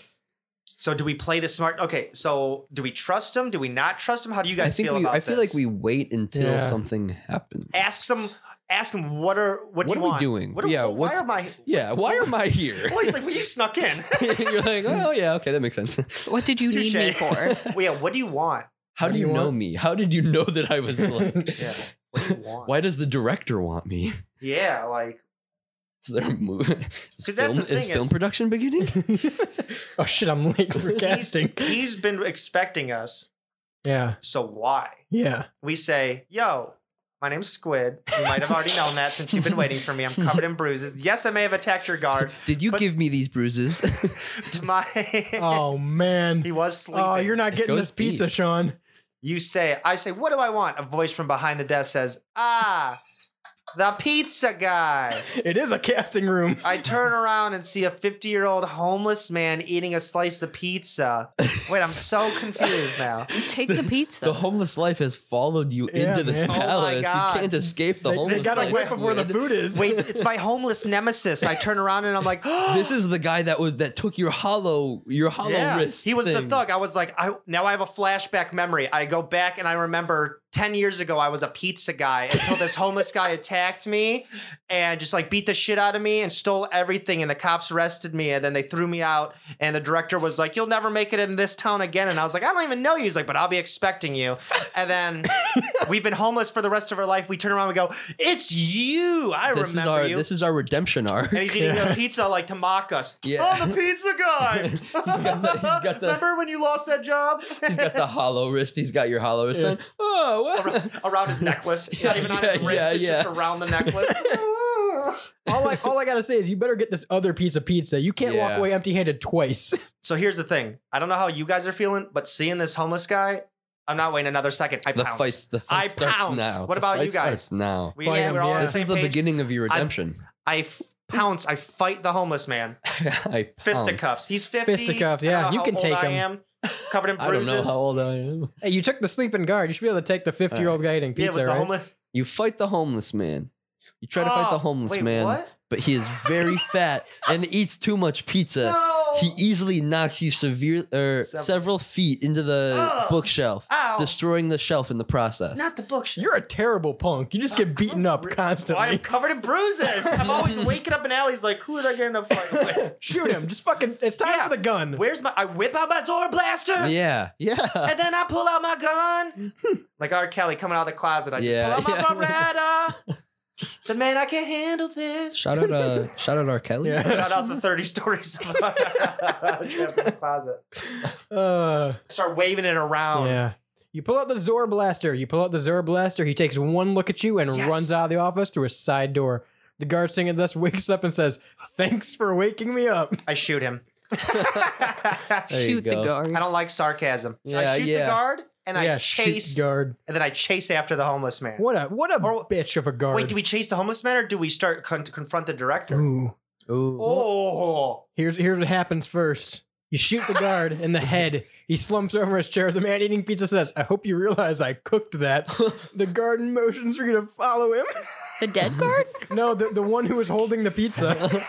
Speaker 2: So do we play the smart? Okay. So do we trust him? Do we not trust him? How do you
Speaker 9: I
Speaker 2: guys
Speaker 9: think
Speaker 2: feel
Speaker 9: we.
Speaker 2: about
Speaker 9: I feel
Speaker 2: this?
Speaker 9: like we wait until
Speaker 5: Yeah.
Speaker 9: something happens.
Speaker 2: ask him. Ask him what are what,
Speaker 9: What
Speaker 2: do
Speaker 9: are
Speaker 2: you
Speaker 9: we
Speaker 2: want?
Speaker 9: doing?
Speaker 2: What are,
Speaker 9: Yeah,
Speaker 2: Why
Speaker 9: what's-
Speaker 2: are my?
Speaker 9: Yeah. Why am I here?
Speaker 2: Well, he's like, well, you snuck in.
Speaker 9: You're like, oh yeah, okay, that makes sense.
Speaker 8: what did you
Speaker 2: Touche.
Speaker 8: need me for?
Speaker 2: well, yeah. What do you want?
Speaker 9: How do
Speaker 5: do
Speaker 9: you
Speaker 5: you
Speaker 9: know
Speaker 5: want?
Speaker 9: me? How did you know that I was like?
Speaker 2: Yeah. What do you want?
Speaker 9: Why does the director want me?
Speaker 2: Yeah. Like.
Speaker 9: Is there a movie?
Speaker 2: that's the
Speaker 9: Is, film, is
Speaker 2: thing,
Speaker 9: film
Speaker 2: is-
Speaker 9: production beginning?
Speaker 5: oh shit, I'm late for casting.
Speaker 2: He's, he's been expecting us,
Speaker 5: Yeah.
Speaker 2: so why?
Speaker 5: Yeah.
Speaker 2: We say, yo, my name's Squid. You might have already known that since you've been waiting for me. I'm covered in bruises. Yes, I may have attacked your guard.
Speaker 9: Did you
Speaker 2: But-
Speaker 9: give me these bruises?
Speaker 2: To my
Speaker 5: Oh man.
Speaker 2: He was sleeping.
Speaker 5: Oh, you're not getting this
Speaker 9: goes
Speaker 5: pizza,
Speaker 9: deep.
Speaker 5: Sean.
Speaker 2: You say, I say, what do I want? A voice from behind the desk says, ah, the pizza guy.
Speaker 5: It is a casting room.
Speaker 2: I turn around and see a 50 year old homeless man eating a slice of pizza. Wait, I'm so confused now.
Speaker 8: Take the pizza.
Speaker 9: the homeless life has followed you
Speaker 5: Yeah,
Speaker 9: into this
Speaker 5: man. Oh my
Speaker 9: palace.
Speaker 2: God.
Speaker 9: you can't escape the
Speaker 5: They, they
Speaker 9: homeless
Speaker 5: gotta
Speaker 9: life.
Speaker 5: wait before the
Speaker 9: Squid.
Speaker 5: food is.
Speaker 2: Wait, it's my homeless nemesis. I turn around and I'm like,
Speaker 9: This is the guy that was that took your hollow your hollow wrist.
Speaker 2: He was the
Speaker 9: thing.
Speaker 2: thug. I was like, I now I have a flashback memory. I go back and I remember 10 years ago I was a pizza guy until this homeless guy attacked me and just like beat the shit out of me and stole everything and the cops arrested me and then they threw me out and the director was like, You'll never make it in this town again. And I was like, I don't even know you. He's like, but I'll be expecting you. And then we've been homeless for the rest of our life. We turn around and go, It's you. I
Speaker 9: This is
Speaker 2: remember
Speaker 9: our
Speaker 2: you.
Speaker 9: this is our redemption arc.
Speaker 2: and he's eating a pizza like to mock us.
Speaker 9: Yeah.
Speaker 2: Oh, the pizza guy.
Speaker 9: got the- he's got the-
Speaker 2: Remember when you lost that job?
Speaker 9: He's got the hollow wrist. He's got your hollow wrist. on. Oh, well.
Speaker 2: around his necklace. It's not even on
Speaker 9: Yeah,
Speaker 2: his wrist.
Speaker 9: yeah,
Speaker 2: it's
Speaker 9: yeah.
Speaker 2: just around the necklace.
Speaker 5: all I all I gotta say is you better get this other piece of pizza. You can't
Speaker 9: Yeah.
Speaker 5: walk away empty-handed twice.
Speaker 2: so here's the thing. I don't know how you guys are feeling, but seeing this homeless guy, I'm not waiting another second. I
Speaker 9: the
Speaker 2: pounce.
Speaker 9: fights the
Speaker 2: I
Speaker 9: fight starts
Speaker 2: pounce.
Speaker 9: now.
Speaker 2: What
Speaker 9: The
Speaker 2: about you
Speaker 9: fight
Speaker 2: guys?
Speaker 9: starts now.
Speaker 2: we,
Speaker 5: Fight him,
Speaker 2: we're all
Speaker 5: yeah.
Speaker 2: on the
Speaker 9: This
Speaker 2: same
Speaker 9: is the
Speaker 2: page.
Speaker 9: beginning of your redemption.
Speaker 2: I f- pounce. I fight the homeless man.
Speaker 9: I
Speaker 2: Fisticuffs. He's 50.
Speaker 5: Fisticuffs,
Speaker 2: I don't
Speaker 5: yeah,
Speaker 2: know
Speaker 5: you
Speaker 2: how
Speaker 5: can
Speaker 2: old
Speaker 5: take
Speaker 2: I
Speaker 5: him.
Speaker 2: am. Covered in
Speaker 9: I don't
Speaker 2: bruises.
Speaker 9: know how old I am.
Speaker 5: Hey, you took the sleeping guard. You should be able to take the 50-year-old guy eating
Speaker 2: yeah,
Speaker 5: pizza,
Speaker 2: with the
Speaker 5: right?
Speaker 2: homeless.
Speaker 9: You fight the homeless man. You try to fight
Speaker 2: Oh,
Speaker 9: the homeless
Speaker 2: wait,
Speaker 9: man,
Speaker 2: what?
Speaker 9: but he is very fat and eats too much pizza. He easily knocks you severe er, several feet into the bookshelf,
Speaker 2: Ow.
Speaker 9: destroying the shelf in the process.
Speaker 2: Not the bookshelf.
Speaker 5: You're a terrible punk. You just get beaten up
Speaker 2: Why I'm
Speaker 5: constantly.
Speaker 2: covered in bruises. I'm always waking up in alleys like, who did I get in a fight with?
Speaker 5: Shoot him. Just fucking. It's time
Speaker 2: Yeah.
Speaker 5: for the gun.
Speaker 2: Where's my? I whip out my Zor blaster.
Speaker 9: yeah, yeah.
Speaker 2: And then I pull out my gun. like R. Kelly coming out of the closet. I just
Speaker 9: Yeah,
Speaker 2: pull out my
Speaker 9: yeah.
Speaker 2: Beretta. Said, man, I can't handle this.
Speaker 9: Shout out, uh, shout out, R. Kelly.
Speaker 5: Yeah.
Speaker 2: Shout out the 30 stories of trapped in the closet.
Speaker 5: Uh,
Speaker 2: Start waving it around.
Speaker 5: yeah. You pull out the Zor blaster. You pull out the Zor blaster. He takes one look at you and
Speaker 2: Yes.
Speaker 5: runs out of the office through a side door. The guard singing thus wakes up and says, "Thanks for waking me up."
Speaker 2: I shoot him. I
Speaker 9: There you
Speaker 8: Shoot the
Speaker 9: go.
Speaker 8: guard.
Speaker 2: don't like sarcasm.
Speaker 9: Yeah,
Speaker 2: I shoot
Speaker 9: yeah.
Speaker 2: the guard and I
Speaker 5: yeah, shoot,
Speaker 2: chase
Speaker 5: guard.
Speaker 2: and then I chase after the homeless man.
Speaker 5: What a what a
Speaker 2: Or-
Speaker 5: bitch of a guard.
Speaker 2: Wait, do we chase the homeless man or do we start con- to confront the director?
Speaker 5: Ooh.
Speaker 9: Ooh.
Speaker 2: Oh,
Speaker 5: Here's here's what happens first. You shoot the guard in the head. He slumps over his chair. The man eating pizza says, "I hope you realize I cooked that." the guard motions for you to follow him.
Speaker 8: The dead guard?
Speaker 5: No, the, the one who was holding the pizza.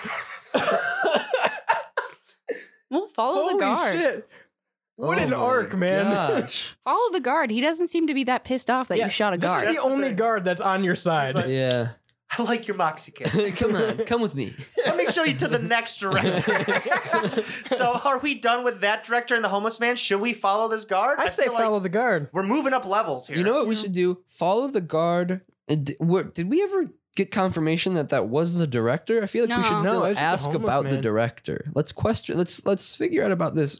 Speaker 8: Well, follow
Speaker 5: Holy
Speaker 8: the guard.
Speaker 5: shit! What
Speaker 9: Oh
Speaker 5: an
Speaker 9: my
Speaker 5: arc, man!
Speaker 9: gosh.
Speaker 8: Follow the guard. He doesn't seem to be that pissed off that
Speaker 5: Yeah,
Speaker 8: you shot a
Speaker 5: This is
Speaker 8: guard.
Speaker 5: the
Speaker 2: That's the
Speaker 5: only
Speaker 2: thing.
Speaker 5: guard that's on your side.
Speaker 2: like-
Speaker 9: yeah.
Speaker 2: I like your moxie kick.
Speaker 9: come on, come with me.
Speaker 2: Let me show you to the next director. so, are we done with that director and the homeless man? Should we follow this guard?
Speaker 5: I say
Speaker 2: feel like
Speaker 5: follow the guard.
Speaker 2: we're moving up levels here.
Speaker 9: You know what we should do? Follow the guard. And d- where- did we ever get confirmation that that was the director? I feel like we should
Speaker 8: No.
Speaker 9: still
Speaker 5: No, it's just a
Speaker 9: ask
Speaker 5: homeless
Speaker 9: about the
Speaker 5: man.
Speaker 9: director. Let's question. Let's let's figure out about this.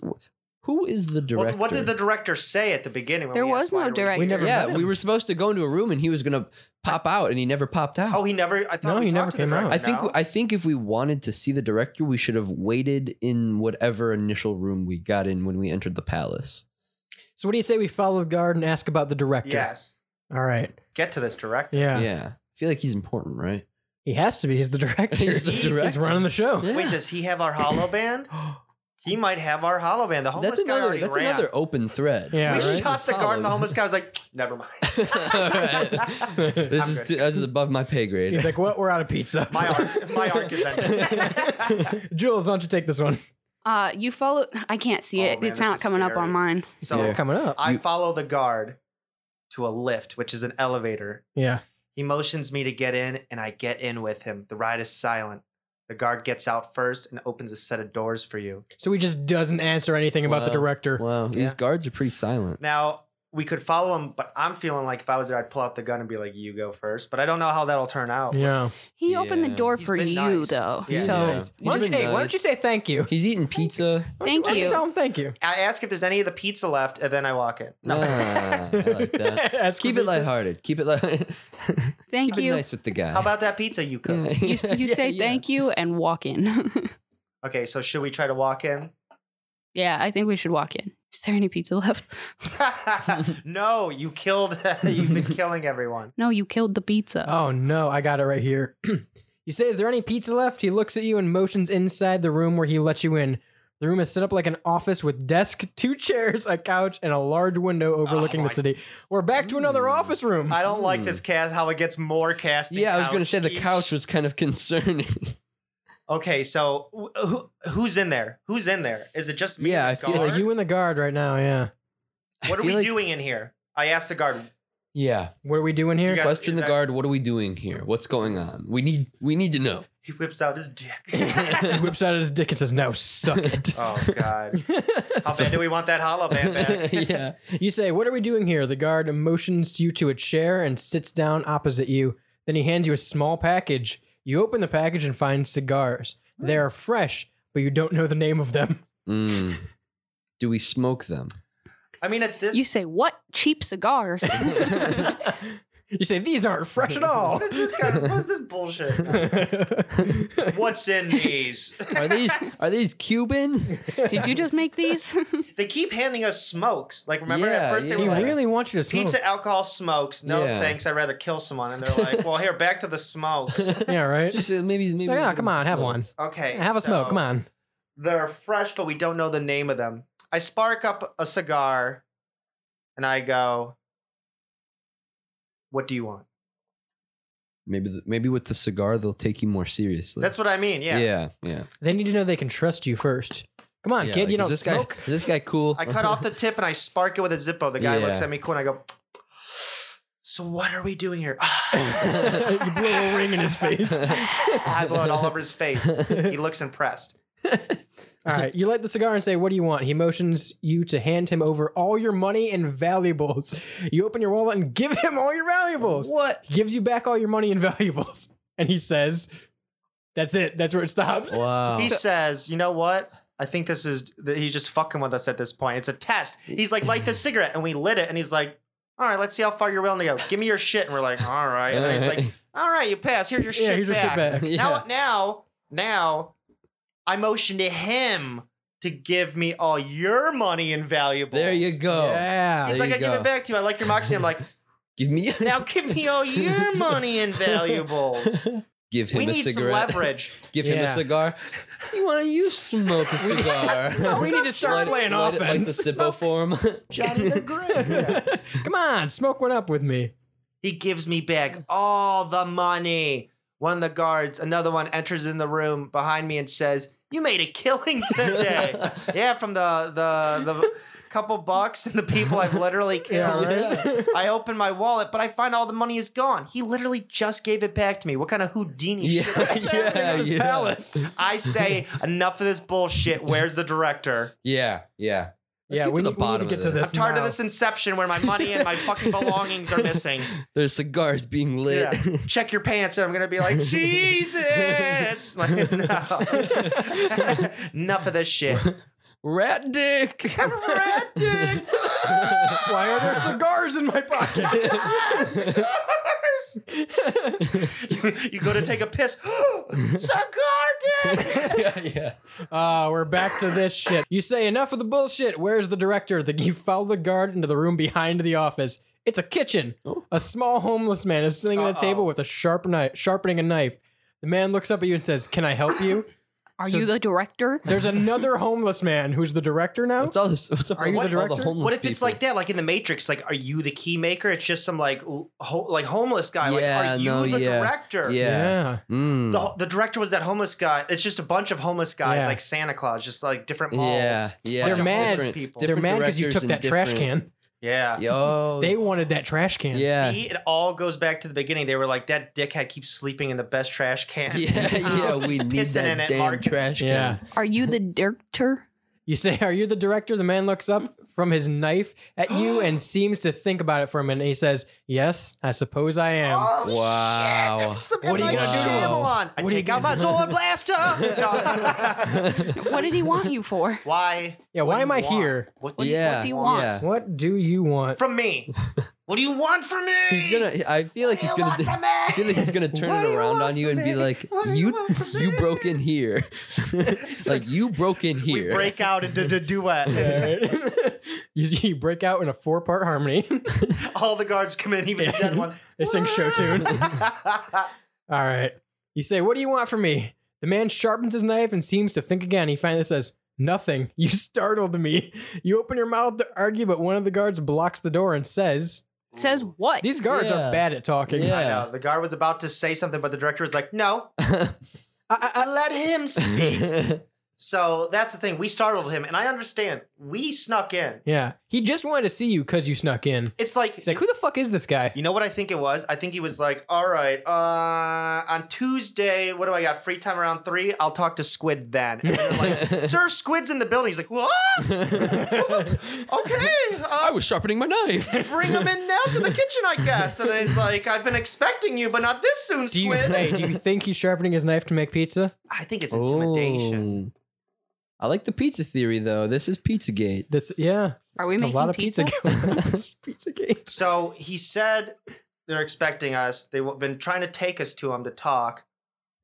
Speaker 9: Who is the
Speaker 2: Well,
Speaker 9: director?
Speaker 2: what did the director say at the beginning? When
Speaker 8: There
Speaker 2: we
Speaker 8: was
Speaker 2: asked
Speaker 8: no
Speaker 2: why we-
Speaker 8: director.
Speaker 5: We never
Speaker 9: Yeah,
Speaker 5: met him.
Speaker 9: we were supposed to go into a room and he was gonna pop out, and he never popped out.
Speaker 2: Oh, he never. I thought
Speaker 5: No,
Speaker 2: we
Speaker 5: he
Speaker 2: talked
Speaker 5: never
Speaker 2: to the
Speaker 5: came out.
Speaker 2: director,
Speaker 9: I think
Speaker 2: no?
Speaker 9: I think if we wanted to see the director, we should have waited in whatever initial room we got in when we entered the palace.
Speaker 5: So what do you say we follow the guard and ask about the director?
Speaker 2: yes.
Speaker 5: All right.
Speaker 2: Get to this director.
Speaker 5: Yeah.
Speaker 9: yeah, I feel like he's important, right?
Speaker 5: He has to be. He's the director.
Speaker 9: He's the
Speaker 5: He's
Speaker 9: director.
Speaker 5: running the show.
Speaker 2: Wait, does he have our hollow band? He might have our hollow band. The homeless
Speaker 9: That's
Speaker 2: guy
Speaker 9: another.
Speaker 2: already
Speaker 9: That's
Speaker 2: ran.
Speaker 9: another open thread.
Speaker 5: Yeah,
Speaker 2: we
Speaker 5: right?
Speaker 2: shot the guard, and the
Speaker 9: Solid.
Speaker 2: homeless guy was like, "Never mind."
Speaker 9: Alright. This
Speaker 2: I'm
Speaker 9: is
Speaker 2: good.
Speaker 9: too, this is above my pay grade.
Speaker 5: He's like, "What? We're out of pizza."
Speaker 2: My arc, my arc is ended.
Speaker 5: Jules, why don't you take this one?
Speaker 8: Uh, you follow. I can't see
Speaker 2: Oh,
Speaker 8: it.
Speaker 2: man,
Speaker 8: it's
Speaker 2: this
Speaker 8: not
Speaker 2: is
Speaker 8: coming up
Speaker 2: scary.
Speaker 8: on mine.
Speaker 2: so
Speaker 9: Yeah.
Speaker 5: Coming up.
Speaker 2: I follow the guard to a lift, which is an elevator.
Speaker 5: Yeah.
Speaker 2: He motions me to get in, and I get in with him. The ride is silent. The guard gets out first and opens a set of doors for you.
Speaker 5: So he just doesn't answer anything about the
Speaker 9: Wow.
Speaker 5: director.
Speaker 9: Wow,
Speaker 2: Yeah.
Speaker 9: these guards are pretty silent.
Speaker 2: Now we could follow him, but I'm feeling like if I was there, I'd pull out the gun and be like, "You go first. But I don't know how that'll turn out.
Speaker 5: Yeah.
Speaker 8: He opened the
Speaker 9: Yeah.
Speaker 8: door
Speaker 2: He's
Speaker 8: for
Speaker 2: been
Speaker 8: you,
Speaker 2: nice.
Speaker 8: though.
Speaker 2: Yeah.
Speaker 8: So
Speaker 9: Nice. He's
Speaker 5: Why don't, you,
Speaker 9: been
Speaker 5: hey, why don't you
Speaker 9: nice.
Speaker 5: say thank you?
Speaker 9: He's eating pizza.
Speaker 8: Thank
Speaker 5: why don't you
Speaker 8: you.
Speaker 5: tell him thank you?
Speaker 2: I ask if there's any of the pizza left, and then I walk in.
Speaker 9: Ah, I like that.
Speaker 5: Ask for
Speaker 9: Keep it
Speaker 5: pizza.
Speaker 9: lighthearted. Keep it light.
Speaker 8: thank
Speaker 9: Keep it
Speaker 8: you.
Speaker 9: nice with the guy.
Speaker 2: How about that pizza you cooked?
Speaker 8: You, you say thank you and walk in.
Speaker 2: Okay, so should we try to walk in?
Speaker 8: yeah, I think we should walk in. Is there any pizza left?
Speaker 2: no, you killed. you've been killing everyone.
Speaker 8: No, you killed the pizza.
Speaker 5: Oh no, I got it right here. you say, "Is there any pizza left?" He looks at you and motions inside the room where he lets you in. The room is set up like an office with desk, two chairs, a couch, and a large window overlooking
Speaker 2: Oh,
Speaker 5: the
Speaker 2: I-
Speaker 5: city. We're back to another office room.
Speaker 2: I don't like this cast. How it gets more casting.
Speaker 9: Hmm. Yeah, I was gonna say the
Speaker 2: each-
Speaker 9: couch was kind of concerning.
Speaker 2: Okay, so wh- who who's in there? Who's in there? Is it just me?
Speaker 9: Yeah,
Speaker 2: and the
Speaker 9: I feel
Speaker 5: It's
Speaker 9: like
Speaker 2: guard?
Speaker 5: you and the guard right now. Yeah.
Speaker 2: What are
Speaker 9: I
Speaker 2: we
Speaker 9: feel like-
Speaker 2: doing in here? I asked the guard.
Speaker 9: Yeah.
Speaker 5: What are we doing here?
Speaker 2: You guys-
Speaker 9: Question
Speaker 2: is
Speaker 9: the
Speaker 2: that-
Speaker 9: guard. What are we doing here? What's going on? We need. We need to know.
Speaker 2: He whips out his dick.
Speaker 5: he whips out his dick and says, "Now suck it."
Speaker 2: oh God! How bad do we want that hollow man back?
Speaker 9: yeah.
Speaker 5: You say, What are we doing here? The guard motions you to a chair and sits down opposite you. Then he hands you a small package. You open the package and find cigars. They are fresh, but you don't know the name of them.
Speaker 9: Mm. Do we smoke them?
Speaker 2: I mean, at this
Speaker 8: You say what? Cheap cigars.
Speaker 5: You say, These aren't fresh at all.
Speaker 2: What is this guy? What is this bullshit? What's in these?
Speaker 9: Are these are these Cuban?
Speaker 8: Did you just make these?
Speaker 2: They keep handing us smokes. Like remember
Speaker 9: Yeah,
Speaker 2: at first
Speaker 9: yeah.
Speaker 2: they
Speaker 5: he
Speaker 2: were like
Speaker 5: really wants you to smoke.
Speaker 2: pizza, alcohol, smokes. No
Speaker 9: Yeah.
Speaker 2: thanks. I'd rather kill someone. And they're like, well, here, back to the smokes.
Speaker 5: Yeah, right?
Speaker 9: Just uh, maybe maybe.
Speaker 5: yeah,
Speaker 9: we
Speaker 5: come on, have
Speaker 9: smoke.
Speaker 5: one.
Speaker 2: Okay,
Speaker 5: have a
Speaker 2: so
Speaker 5: smoke. Come on.
Speaker 2: They're fresh, but we don't know the name of them. I spark up a cigar, and I go, "What do you want?"
Speaker 9: Maybe the, maybe with the cigar they'll take you more seriously.
Speaker 2: That's what I mean. Yeah.
Speaker 9: yeah, yeah.
Speaker 5: They need to know they can trust you first. Come on,
Speaker 9: Yeah,
Speaker 5: kid,
Speaker 9: like,
Speaker 5: you
Speaker 9: is
Speaker 5: don't
Speaker 9: this
Speaker 5: smoke.
Speaker 9: Guy, is this guy cool?
Speaker 2: I cut off the tip and I spark it with a Zippo. The guy
Speaker 9: Yeah.
Speaker 2: looks at me cool and I go, So what are we doing here?
Speaker 5: you blew a ring in his face.
Speaker 2: I blow it all over his face. He looks impressed.
Speaker 5: All right, you light the cigar and say, "What do you want?" He motions you to hand him over all your money and valuables. You open your wallet and give him all your valuables.
Speaker 9: What?
Speaker 5: He gives you back all your money and valuables, and he says, "That's it. That's where it stops."
Speaker 9: Wow.
Speaker 2: He says, You know what? I think this is, th- he's just fucking with us at this point. It's a test. He's like, Light this cigarette. And we lit it. And he's like, All right, let's see how far you're willing to go. Give me your shit. And we're like, All right. And then he's like, All right, you pass. Here's your,
Speaker 5: Yeah,
Speaker 2: shit,
Speaker 5: here's your shit
Speaker 2: back.
Speaker 5: back.
Speaker 2: Now, now, now, I motion to him to give me all your money and valuables.
Speaker 9: there you go.
Speaker 5: Yeah.
Speaker 2: He's
Speaker 9: There
Speaker 2: like, I
Speaker 9: you
Speaker 2: give
Speaker 9: go.
Speaker 2: it back to you. I like your moxie. I'm like,
Speaker 9: Give me.
Speaker 2: now give me all your money and valuables.
Speaker 9: give him
Speaker 2: We
Speaker 9: a
Speaker 2: need some
Speaker 9: cigarette.
Speaker 2: leverage.
Speaker 9: give him a
Speaker 5: Yeah.
Speaker 9: cigar. You want to you smoke a cigar?
Speaker 5: we need to start
Speaker 9: Light-
Speaker 5: playing
Speaker 9: light it Like the
Speaker 5: offense.
Speaker 9: Sippo form.
Speaker 2: Johnny the Great.
Speaker 5: Come on, smoke one up with me.
Speaker 2: He gives me back all the money. One of the guards, another one enters in the room behind me and says, "You made a killing today." yeah, from the the the couple bucks and the people I've literally killed. I open my wallet, but I find all the money is gone. He literally just gave it back to me. What kind of Houdini shit?
Speaker 9: yeah, yeah,
Speaker 5: His
Speaker 9: yeah,
Speaker 5: palace.
Speaker 2: I say, enough of this bullshit. Where's the director?
Speaker 9: yeah, yeah. Let's
Speaker 5: yeah,
Speaker 9: get
Speaker 5: we,
Speaker 9: to the
Speaker 5: need, we need to
Speaker 9: bottom
Speaker 5: get
Speaker 9: of
Speaker 5: to this.
Speaker 9: this.
Speaker 2: I'm tired of
Speaker 5: now.
Speaker 2: this inception where my money and my fucking belongings are missing.
Speaker 9: There's cigars being lit.
Speaker 2: Yeah. Check your pants, and I'm gonna be like, Jesus! Like, no. Enough of this shit.
Speaker 9: Rat dick.
Speaker 2: Corrected!
Speaker 5: Why are there cigars in my pocket?
Speaker 2: you go to take a piss. Cigar dick!
Speaker 9: yeah, yeah.
Speaker 5: Ah, we're back to this shit. You say enough of the bullshit. Where's the director? The, you follow the guard into the room behind the office. It's a kitchen.
Speaker 9: Oh.
Speaker 5: A small homeless man is sitting at a table with a sharp knife, sharpening a knife. The man looks up at you and says, "Can I help you?"
Speaker 8: Are you the director?
Speaker 5: There's another homeless man who's the director now.
Speaker 9: What's all this? What's up?
Speaker 5: Oh. Are you
Speaker 9: with
Speaker 5: the
Speaker 9: all
Speaker 5: director?
Speaker 9: homeless
Speaker 2: What if it's
Speaker 9: people?
Speaker 2: like that, like in the Matrix? Like, are you the key maker? It's just some like l- ho- like homeless guy. Like,
Speaker 9: Yeah,
Speaker 2: are you
Speaker 9: no,
Speaker 2: the
Speaker 9: yeah.
Speaker 2: director?
Speaker 9: Yeah.
Speaker 5: Yeah.
Speaker 9: Mm.
Speaker 2: The, the director was that homeless guy. It's just a bunch of homeless guys,
Speaker 5: Yeah.
Speaker 2: like Santa Claus, just like different malls.
Speaker 9: Yeah, yeah.
Speaker 2: Bunch
Speaker 5: They're
Speaker 2: of
Speaker 5: mad.
Speaker 2: homeless
Speaker 9: Different-
Speaker 2: people.
Speaker 9: different-
Speaker 5: They're mad because you took
Speaker 9: directors and
Speaker 5: that trash
Speaker 9: different-
Speaker 5: can.
Speaker 2: yeah.
Speaker 9: Yo.
Speaker 5: They wanted that trash can.
Speaker 9: yeah.
Speaker 2: See, it all goes back to the beginning. They were like, that dickhead keeps sleeping in the best trash can.
Speaker 9: Yeah, yeah, we
Speaker 2: He's
Speaker 9: need
Speaker 2: pissing
Speaker 9: that
Speaker 2: in it,
Speaker 9: damn
Speaker 2: Mark.
Speaker 9: trash can.
Speaker 5: Yeah.
Speaker 8: Are you the director?
Speaker 5: You say, Are you the director? The man looks up from his knife at you and seems to think about it for a minute. He says, Yes, I suppose I am.
Speaker 9: Ah.
Speaker 2: Holy
Speaker 9: Wow.
Speaker 2: shit, this is Oh, some
Speaker 5: What are you
Speaker 2: M. Night
Speaker 5: gonna do?
Speaker 2: Shyamalan. I
Speaker 5: What are you
Speaker 2: take out my Zord blaster. No.
Speaker 8: What did he want you for?
Speaker 2: why?
Speaker 5: yeah,
Speaker 2: What
Speaker 5: why
Speaker 2: do
Speaker 5: am
Speaker 2: you
Speaker 5: I
Speaker 2: want?
Speaker 5: here?
Speaker 2: What do you
Speaker 9: Yeah.
Speaker 8: do you want?
Speaker 9: Yeah.
Speaker 5: What do you want?
Speaker 2: from me? What do you want from me?
Speaker 9: He's gonna. I feel like he's
Speaker 2: you
Speaker 9: gonna.
Speaker 2: want from me?
Speaker 9: I feel like he's gonna
Speaker 5: What
Speaker 9: turn
Speaker 5: do
Speaker 9: it
Speaker 5: you
Speaker 9: around
Speaker 5: want
Speaker 9: on you and be
Speaker 5: from me?
Speaker 9: like,
Speaker 2: What do you
Speaker 9: "You,
Speaker 2: want from
Speaker 9: you
Speaker 2: me?"
Speaker 9: broke in here, like you broke in
Speaker 2: We
Speaker 9: here."
Speaker 2: break out into the duet.
Speaker 5: Yeah, right. you, you break out in a four part harmony.
Speaker 2: All the guards come in, even the dead ones.
Speaker 5: they sing show tune. All right. You say, What do you want from me? The man sharpens his knife and seems to think again. He finally says, Nothing. You startled me. You open your mouth to argue, but one of the guards blocks the door and says,
Speaker 8: Says what?
Speaker 5: These guards
Speaker 9: Yeah.
Speaker 5: are bad at talking.
Speaker 9: Yeah.
Speaker 2: I know. The guard was about to say something, but the director was like, no,
Speaker 5: I- I-
Speaker 2: I let him speak. so that's the thing. We startled him, and I understand. We snuck in.
Speaker 5: Yeah. He just wanted to see you because you snuck in.
Speaker 2: It's like,
Speaker 5: He's like, who the fuck is this guy?
Speaker 2: you know what I think it was? I think he was like, all right, uh, on Tuesday, what do I got? Free time around three? I'll talk to Squid then. And they're like, Sir, Squid's in the building. He's like, what? okay.
Speaker 9: I
Speaker 2: Uh,
Speaker 9: was sharpening my knife.
Speaker 2: bring him in now to the kitchen, I guess. And he's like, I've been expecting you, but not this soon,
Speaker 5: Do you,
Speaker 2: Squid.
Speaker 5: hey, do you think he's sharpening his knife to make pizza?
Speaker 2: I think it's intimidation.
Speaker 9: Oh. I like the pizza theory though. This is Pizzagate.
Speaker 5: That's yeah.
Speaker 8: Are we
Speaker 5: A
Speaker 8: making
Speaker 5: lot of
Speaker 8: pizza?
Speaker 5: pizza. games. pizza games.
Speaker 2: So he said they're expecting us. They've been trying to take us to him to talk.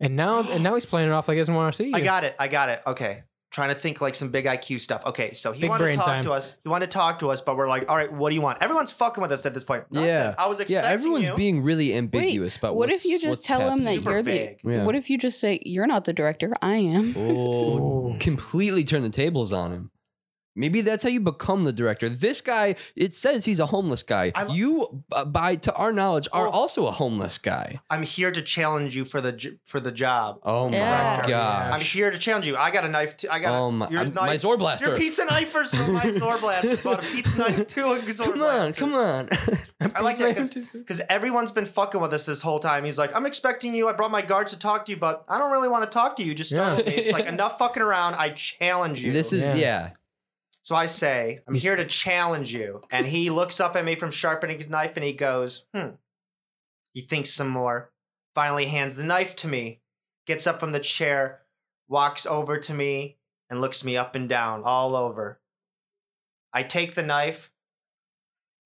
Speaker 5: And now, and now he's playing it off like he doesn't want to see you.
Speaker 2: I got it. I got it. Okay. Trying to think like some big IQ stuff. Okay, so he
Speaker 5: Big
Speaker 2: wanted to
Speaker 5: brain
Speaker 2: talk
Speaker 5: time.
Speaker 2: to us. He wanted to talk to us, but we're like, all right, what do you want? Everyone's fucking with us at this point. Nothing.
Speaker 9: Yeah.
Speaker 2: I was
Speaker 9: Yeah,
Speaker 2: expecting
Speaker 9: everyone's
Speaker 2: you.
Speaker 9: being really ambiguous
Speaker 8: Wait,
Speaker 9: about
Speaker 8: what if
Speaker 9: what's-
Speaker 8: you
Speaker 9: what's
Speaker 8: just tell him that
Speaker 9: happening.
Speaker 2: Super
Speaker 8: you're
Speaker 2: vague.
Speaker 8: the?
Speaker 9: Yeah.
Speaker 8: What if you just say you're not the director? I am.
Speaker 9: Oh,
Speaker 5: Ooh.
Speaker 9: completely turn the tables on him. Maybe that's how you become the director. This guy, it says he's a homeless guy.
Speaker 2: I lo-
Speaker 9: you, uh, by to our knowledge, are
Speaker 2: Well-
Speaker 9: also a homeless guy.
Speaker 2: I'm here to challenge you for the j- for the job.
Speaker 9: Oh my
Speaker 8: Yeah.
Speaker 2: I'm
Speaker 9: gosh!
Speaker 2: here to challenge you. I got a knife. Too. I got
Speaker 9: Oh
Speaker 2: a,
Speaker 9: my,
Speaker 2: your
Speaker 9: I'm-
Speaker 2: knife.
Speaker 9: my Zor Blaster.
Speaker 2: Your pizza knife or some my Zor blaster. Bought a pizza knife too. and Zor
Speaker 9: come on,
Speaker 2: blaster.
Speaker 9: come on.
Speaker 2: I like that because everyone's been fucking with us this whole time. He's like, I'm expecting you. I brought my guards to talk to you, but I don't really want to talk to you. You Just startled me. It's like enough fucking around. I challenge you.
Speaker 9: This is
Speaker 5: Yeah.
Speaker 9: yeah.
Speaker 2: so I say, I'm
Speaker 5: You s-
Speaker 2: here to challenge you. And he looks up at me from sharpening his knife and he goes, hmm. He thinks some more. Finally hands the knife to me, gets up from the chair, walks over to me, and looks me up and down, all over. I take the knife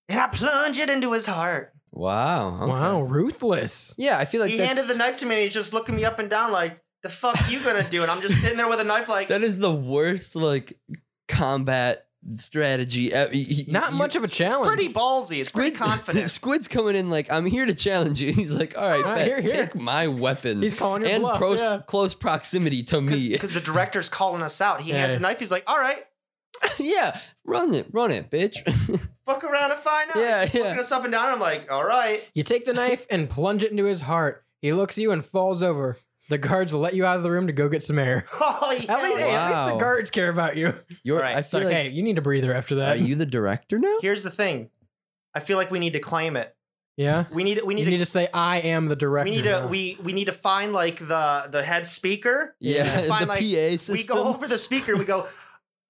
Speaker 2: and I plunge it into his heart.
Speaker 9: Wow. okay.
Speaker 5: Wow, ruthless.
Speaker 9: Yeah, I feel like
Speaker 2: he
Speaker 9: that's,
Speaker 2: handed the knife to me and he's just looking me up and down like, the fuck you gonna do? And I'm just sitting there with a knife like,
Speaker 9: that is the worst like combat strategy. ev- y- y-
Speaker 5: Not
Speaker 9: you-
Speaker 5: much of a challenge.
Speaker 2: pretty ballsy. It's pretty confident.
Speaker 9: Squid's coming in like, I'm here to challenge you. He's like, all right,
Speaker 5: Ah,
Speaker 9: bet,
Speaker 5: here, here."
Speaker 9: take my weapon.
Speaker 5: He's calling your
Speaker 9: and
Speaker 5: bluff,
Speaker 9: pros-
Speaker 5: yeah.
Speaker 9: close proximity to me.
Speaker 2: Because the director's calling us out. He
Speaker 5: Yeah.
Speaker 2: hands a knife. He's like, all right,
Speaker 9: yeah, run it, run it, bitch.
Speaker 2: fuck around and find out.
Speaker 9: Yeah,
Speaker 2: Yeah, he's
Speaker 9: yeah.
Speaker 2: looking us up and down. I'm like, all right.
Speaker 5: You take the knife and plunge it into his heart. He looks at you and falls over. The guards let you out of the room to go get some air.
Speaker 2: Oh, yeah.
Speaker 5: At least, hey, at least
Speaker 9: Wow.
Speaker 5: the guards care about you.
Speaker 9: You're,
Speaker 2: Right.
Speaker 9: I
Speaker 5: It's
Speaker 9: feel
Speaker 5: like,
Speaker 9: like,
Speaker 5: hey, you need a breather after
Speaker 9: are
Speaker 5: that.
Speaker 9: you the director now?
Speaker 2: Here's the thing. I feel like we need to claim it.
Speaker 5: yeah.
Speaker 2: We need we
Speaker 5: You
Speaker 2: need,
Speaker 5: need,
Speaker 2: to,
Speaker 5: to say, I am the director.
Speaker 2: we need to we we need to find like the the head speaker.
Speaker 9: Yeah,
Speaker 2: We find,
Speaker 9: the
Speaker 2: like,
Speaker 9: PA system.
Speaker 2: We go over the speaker. We go,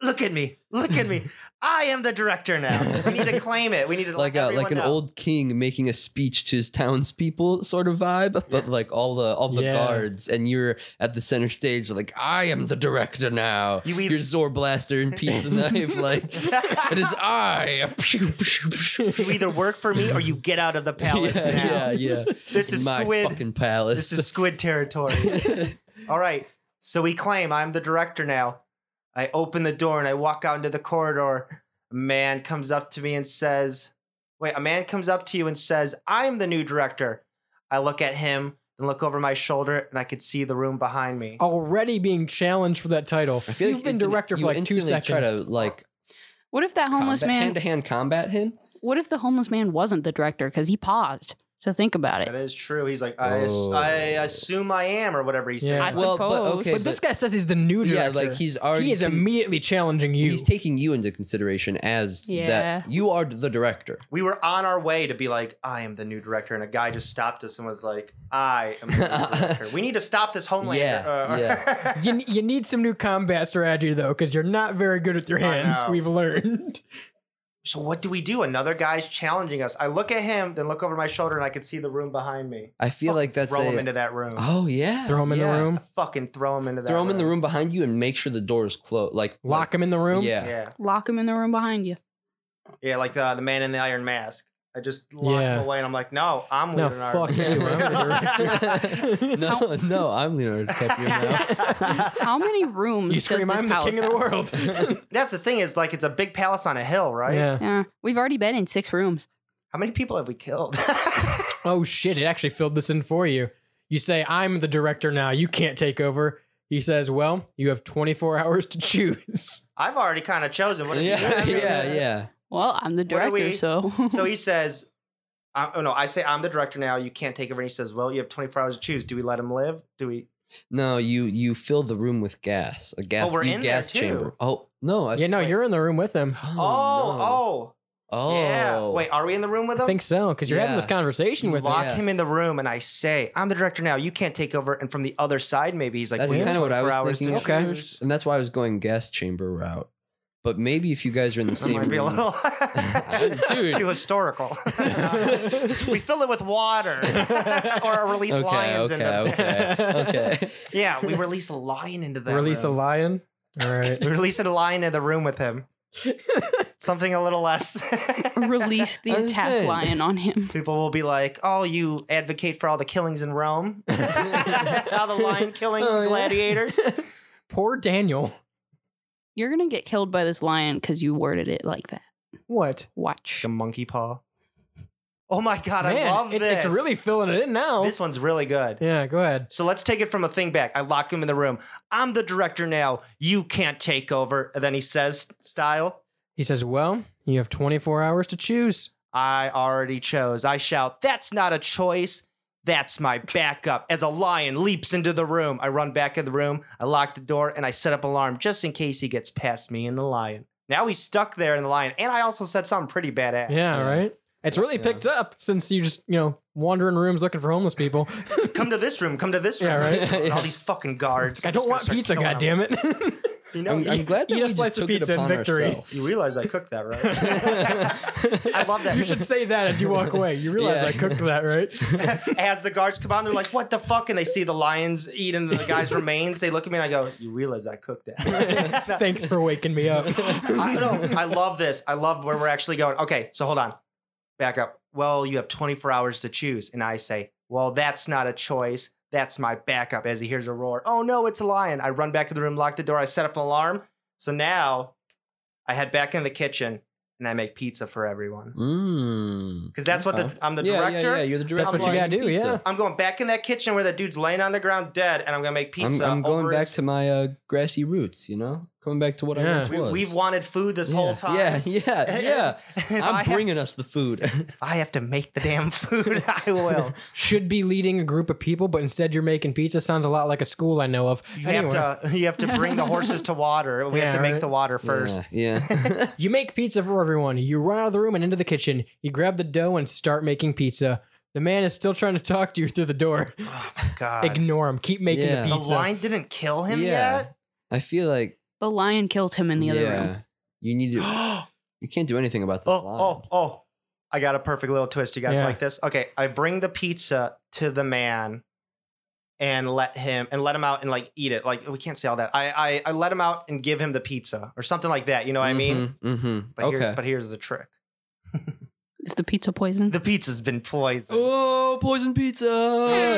Speaker 2: look at me, look at me. I am the director now. We need to claim it. We need to
Speaker 9: like
Speaker 2: let
Speaker 9: a, like
Speaker 2: everyone
Speaker 9: an
Speaker 2: know.
Speaker 9: old king making a speech to his townspeople sort of vibe, but like all the all the
Speaker 5: Yeah.
Speaker 9: guards, and you're at the center stage, like I am the director now.
Speaker 2: You
Speaker 9: You
Speaker 2: eat-
Speaker 9: are Zor Blaster and Pizza Knife, like it is I. Pew, pew, pew.
Speaker 2: you either work for me or you get out of the palace
Speaker 9: yeah,
Speaker 2: now.
Speaker 9: yeah, yeah.
Speaker 2: This is
Speaker 9: my
Speaker 2: squid.
Speaker 9: fucking palace.
Speaker 2: This is squid territory. All right. So we claim I'm the director now. I open the door and I walk out into the corridor. A man comes up to me and says, Wait, a man comes up to you and says, I'm the new director. I look at him and look over my shoulder and I could see the room behind me.
Speaker 9: Oh.
Speaker 5: Already being challenged for that title.
Speaker 9: I feel
Speaker 5: You've
Speaker 9: like
Speaker 5: been
Speaker 9: instant-
Speaker 5: director for
Speaker 9: you
Speaker 5: like two
Speaker 9: instantly
Speaker 5: seconds.
Speaker 9: Try to like
Speaker 8: What if that homeless
Speaker 9: hand
Speaker 8: man?
Speaker 9: to hand combat him.
Speaker 8: What if the homeless man wasn't the director because he paused to think about
Speaker 2: That
Speaker 8: it?
Speaker 2: is true. He's like, I, ass-
Speaker 9: Oh.
Speaker 2: I assume I am, or whatever he said.
Speaker 5: Yeah.
Speaker 8: I
Speaker 9: well, but
Speaker 8: suppose.
Speaker 9: okay,
Speaker 5: but this guy says he's the new
Speaker 9: yeah,
Speaker 5: director.
Speaker 9: like he's already
Speaker 5: he is
Speaker 9: con-
Speaker 5: immediately challenging you.
Speaker 9: He's taking you into consideration as
Speaker 8: Yeah.
Speaker 9: that you are the director.
Speaker 2: We were on our way to be like, I am the new director, and a guy just stopped us and was like, I am the new director. We need to stop this homeland.
Speaker 9: Yeah,
Speaker 2: uh,
Speaker 9: yeah.
Speaker 5: you, you need some new combat strategy though, because you're not very good with your hands.
Speaker 2: know.
Speaker 5: We've learned.
Speaker 2: so what do we do? Another guy's challenging us. I look at him, then look over my shoulder, and I can see the room behind me.
Speaker 9: I feel
Speaker 2: Fucking
Speaker 9: like that's
Speaker 2: throw
Speaker 9: a,
Speaker 2: him into that room.
Speaker 9: Oh yeah,
Speaker 5: Throw him in
Speaker 9: yeah.
Speaker 5: the room.
Speaker 2: Fucking throw him into that.
Speaker 9: Throw him in the room behind you and make sure the door is closed. Like
Speaker 5: Lock him in the room.
Speaker 9: Yeah.
Speaker 2: Yeah, yeah,
Speaker 8: Lock him in the room behind you.
Speaker 2: like the the man in the iron mask. I just lock
Speaker 5: Yeah.
Speaker 2: him away, and I'm like, no, I'm
Speaker 5: No,
Speaker 2: leaving. our
Speaker 5: fuck you, I'm
Speaker 9: no, no, I'm Leonardo DiCaprio now.
Speaker 8: How many rooms
Speaker 5: You
Speaker 8: does
Speaker 5: scream,
Speaker 8: this
Speaker 5: "I'm the
Speaker 8: palace
Speaker 5: king of the
Speaker 8: have?"
Speaker 5: world!"
Speaker 2: That's the thing is like it's a big palace on a hill, right?
Speaker 5: Yeah.
Speaker 8: Yeah, we've already been in six rooms.
Speaker 2: How many people have we killed?
Speaker 5: Oh shit! It actually filled this in for you. You say, "I'm the director now. You can't take over." He says, "Well, you have 24 hours to choose."
Speaker 2: I've already kind of chosen. What do you
Speaker 9: yeah,
Speaker 2: have?
Speaker 9: yeah, yeah.
Speaker 8: Well, I'm the
Speaker 2: What are
Speaker 8: director,
Speaker 2: we-
Speaker 8: so
Speaker 2: So he says, I, oh no, I say I'm the director now. You can't take over. And he says, well, you have 24 hours to choose. Do we let him live? Do we?
Speaker 9: No, you you fill the room with gas, a gas,
Speaker 2: Oh, we're
Speaker 9: you
Speaker 2: in there,
Speaker 9: gas
Speaker 2: too.
Speaker 9: chamber. Oh no, I,
Speaker 5: yeah, no, you're in the room with him.
Speaker 2: Oh, oh,
Speaker 9: no. oh,
Speaker 2: yeah. Wait, are we in the room with him?
Speaker 5: I think so because you're having
Speaker 9: Yeah.
Speaker 5: this conversation
Speaker 2: You
Speaker 5: with him.
Speaker 2: lock
Speaker 9: yeah.
Speaker 2: him in the room, and I say, "I'm the director now. You can't take over." And from the other side, maybe he's like,
Speaker 9: that's
Speaker 2: "We have
Speaker 9: kind of what I
Speaker 2: 24
Speaker 9: was
Speaker 2: hours to
Speaker 9: thinking.
Speaker 5: Okay.
Speaker 2: choose."
Speaker 9: and that's why I was going gas chamber route. But maybe if you guys are in the
Speaker 2: That
Speaker 9: same
Speaker 2: might be a
Speaker 9: room,
Speaker 2: little
Speaker 5: Dude.
Speaker 2: too historical. we fill it with water, or release
Speaker 9: okay,
Speaker 2: lions
Speaker 9: okay,
Speaker 2: into.
Speaker 9: okay, okay.
Speaker 2: Yeah, we release a lion into that.
Speaker 5: Release
Speaker 2: room.
Speaker 5: a lion. All right.
Speaker 2: We released a lion in the room with him. Something a little less.
Speaker 8: release the
Speaker 9: I was
Speaker 8: attack
Speaker 9: saying.
Speaker 8: lion on him.
Speaker 2: People will be like, "Oh, you advocate for all the killings in Rome, all the lion killings,
Speaker 9: Oh,
Speaker 2: and
Speaker 9: yeah.
Speaker 2: gladiators."
Speaker 5: Poor Daniel.
Speaker 8: You're gonna get killed by this lion because you worded it like that.
Speaker 5: What?
Speaker 8: Watch.
Speaker 2: Like a monkey paw. Oh my god,
Speaker 5: Man,
Speaker 2: I love
Speaker 5: it's-
Speaker 2: this.
Speaker 5: It's really filling it in now.
Speaker 2: this one's really good.
Speaker 5: yeah, go ahead.
Speaker 2: So let's take it from a thing back. I lock him in the room. I'm the director now. You can't take over. And then he says, "Style,
Speaker 5: He says, "Well, you have 24 hours to choose."
Speaker 2: I already chose." I shout, "That's not a choice. That's my backup." As a lion leaps into the room, I run back in the room. I lock the door and I set up alarm just in case he gets past me and the lion. Now he's stuck there in the lion. And I also said something pretty badass.
Speaker 5: Yeah, right. uh, It's really
Speaker 9: Yeah.
Speaker 5: picked up since you just you know wandering rooms looking for homeless people.
Speaker 2: Come to this room. Come to this room.
Speaker 5: Yeah, right.
Speaker 2: And all these fucking guards.
Speaker 5: I
Speaker 2: I'm
Speaker 5: don't want
Speaker 2: just gonna
Speaker 5: pizza,
Speaker 2: start killing them.
Speaker 5: goddammit.
Speaker 2: You know,
Speaker 9: I'm, I'm glad that
Speaker 5: eat
Speaker 9: we
Speaker 5: a
Speaker 9: just
Speaker 5: slice of
Speaker 9: took
Speaker 5: pizza
Speaker 9: it
Speaker 5: in
Speaker 9: upon
Speaker 5: victory.
Speaker 9: ourselves.
Speaker 2: You realize I cooked that, right? I love that.
Speaker 5: you should say that as you walk away. You realize
Speaker 9: Yeah.
Speaker 5: I cooked that, right?
Speaker 2: As the guards come on, they're like, "What the fuck?" And they see the lions eating the guy's remains. They look at me and I go, "You realize I cooked that?"
Speaker 5: Thanks for waking me up.
Speaker 2: I, no, I love this. I love where we're actually going. Okay, so hold on, back up. Well, you have 24 hours to choose, and I say, "Well, that's not a choice. That's my backup." As he hears a roar, "Oh no, it's a lion!" I run back to the room, lock the door, I set up an alarm. So now, I head back in the kitchen and I make pizza for everyone
Speaker 9: Mm.
Speaker 2: because that's what the
Speaker 9: Okay.
Speaker 2: I'm the
Speaker 9: yeah,
Speaker 2: director.
Speaker 9: Yeah, yeah, you're the director.
Speaker 5: That's what
Speaker 2: you
Speaker 9: of
Speaker 5: gotta do,
Speaker 9: pizza.
Speaker 5: yeah.
Speaker 2: I'm going back in that kitchen where that dude's laying on the ground dead, and I'm gonna make
Speaker 9: I'm,
Speaker 2: pizza.
Speaker 9: I'm going
Speaker 2: over
Speaker 9: back
Speaker 2: his-
Speaker 9: to my uh, grassy roots, you know, coming back to what
Speaker 5: Yeah.
Speaker 9: I once was.
Speaker 2: We, have wanted food this whole time.
Speaker 9: Yeah, yeah, yeah.
Speaker 2: If I
Speaker 9: I'm
Speaker 2: have,
Speaker 9: bringing us the food.
Speaker 2: if I have to make the damn food, I will.
Speaker 5: Should be leading a group of people, but instead you're making pizza. Sounds a lot like a school I know of.
Speaker 2: You
Speaker 5: anyway,
Speaker 2: have to. You have to bring the horses to water. We have
Speaker 5: Yeah,
Speaker 2: to make
Speaker 5: right.
Speaker 2: the water first.
Speaker 9: Yeah. yeah.
Speaker 5: you make pizza for everyone. You run out of the room and into the kitchen. You grab the dough and start making pizza. The man is still trying to talk to you through the door.
Speaker 2: Oh my god!
Speaker 5: Ignore him. Keep making
Speaker 9: Yeah.
Speaker 5: the
Speaker 2: the
Speaker 5: pizza.
Speaker 2: lion didn't kill him
Speaker 9: Yeah. I feel like
Speaker 8: The lion killed him in the other
Speaker 9: yeah,
Speaker 8: room.
Speaker 9: you need
Speaker 2: yet.
Speaker 9: to.
Speaker 2: oh,
Speaker 9: You can't do anything about this. line.
Speaker 2: oh, oh! I got a perfect little twist. You guys
Speaker 5: Yeah.
Speaker 2: like this? Okay, I bring the pizza to the man. And let him and let him out and like eat it. Like we can't say all that. I I, I let him out and give him the pizza or something like that. You know what I mean?
Speaker 9: Mm-hmm.
Speaker 2: But
Speaker 9: okay.
Speaker 2: here, but here's the trick:
Speaker 8: Is the pizza poisoned?
Speaker 2: the pizza's been poisoned.
Speaker 9: oh, poison
Speaker 2: Give
Speaker 9: pizza!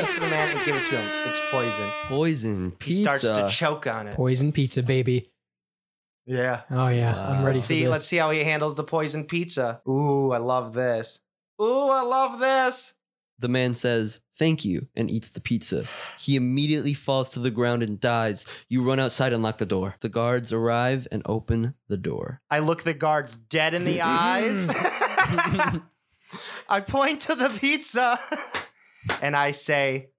Speaker 2: it to the man and give it to him. It's poison.
Speaker 9: Poison pizza.
Speaker 2: He starts to choke on it.
Speaker 5: Poison pizza, baby.
Speaker 2: Yeah.
Speaker 5: Oh yeah,
Speaker 9: Wow.
Speaker 5: I'm ready.
Speaker 2: Let's
Speaker 5: for
Speaker 2: see.
Speaker 5: this.
Speaker 2: Let's see how he handles the poison pizza. Ooh, I love this. Ooh, I love this.
Speaker 9: the man says, "Thank you," and eats the pizza. He immediately falls to the ground and dies. You run outside and lock the door. The guards arrive and open the door.
Speaker 2: I look the guards dead in the
Speaker 5: Mm-hmm.
Speaker 2: eyes. I point to the pizza and I say,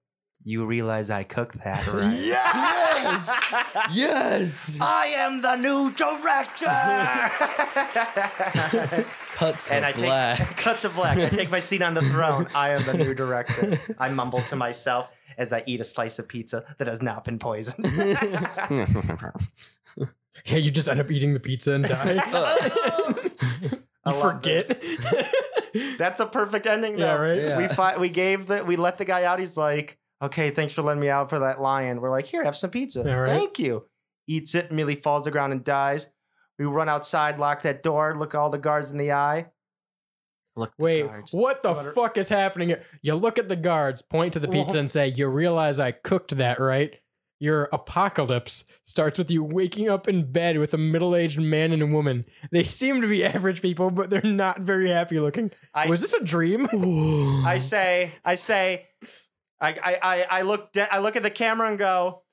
Speaker 2: "You realize I cooked that, right?" Yes.
Speaker 9: yes.
Speaker 2: I am the new director.
Speaker 9: Cut to
Speaker 2: and I
Speaker 9: black.
Speaker 2: take cut to black. I take my seat on the throne. I am the new director. I mumble to myself as I eat a slice of pizza that has not been poisoned.
Speaker 5: Yeah, you just end up eating the pizza and die.
Speaker 2: I
Speaker 5: you
Speaker 2: love
Speaker 5: forget.
Speaker 2: That's a perfect ending, though.
Speaker 5: Yeah, right?
Speaker 2: We
Speaker 9: Yeah.
Speaker 2: fi- we gave the we let the guy out. He's like, okay, thanks for letting me out for that lion. We're like, here, have some pizza.
Speaker 5: Yeah, right.
Speaker 2: Thank you. Eats it, immediately falls to the ground and dies. We run outside, lock that door, look all the guards in the eye. Look, the
Speaker 5: Wait,
Speaker 2: guards.
Speaker 5: what the
Speaker 2: What are-
Speaker 5: fuck is happening here? You look at the guards, point to the pizza,
Speaker 2: Well-
Speaker 5: and say, You realize I cooked that, right? Your apocalypse starts with you waking up in bed with a middle aged man and a woman. They seem to be average people, but they're not very happy looking.
Speaker 2: I
Speaker 5: Was this a dream?
Speaker 2: I say, I say, I, I, I, I look, de- I look at the camera and go,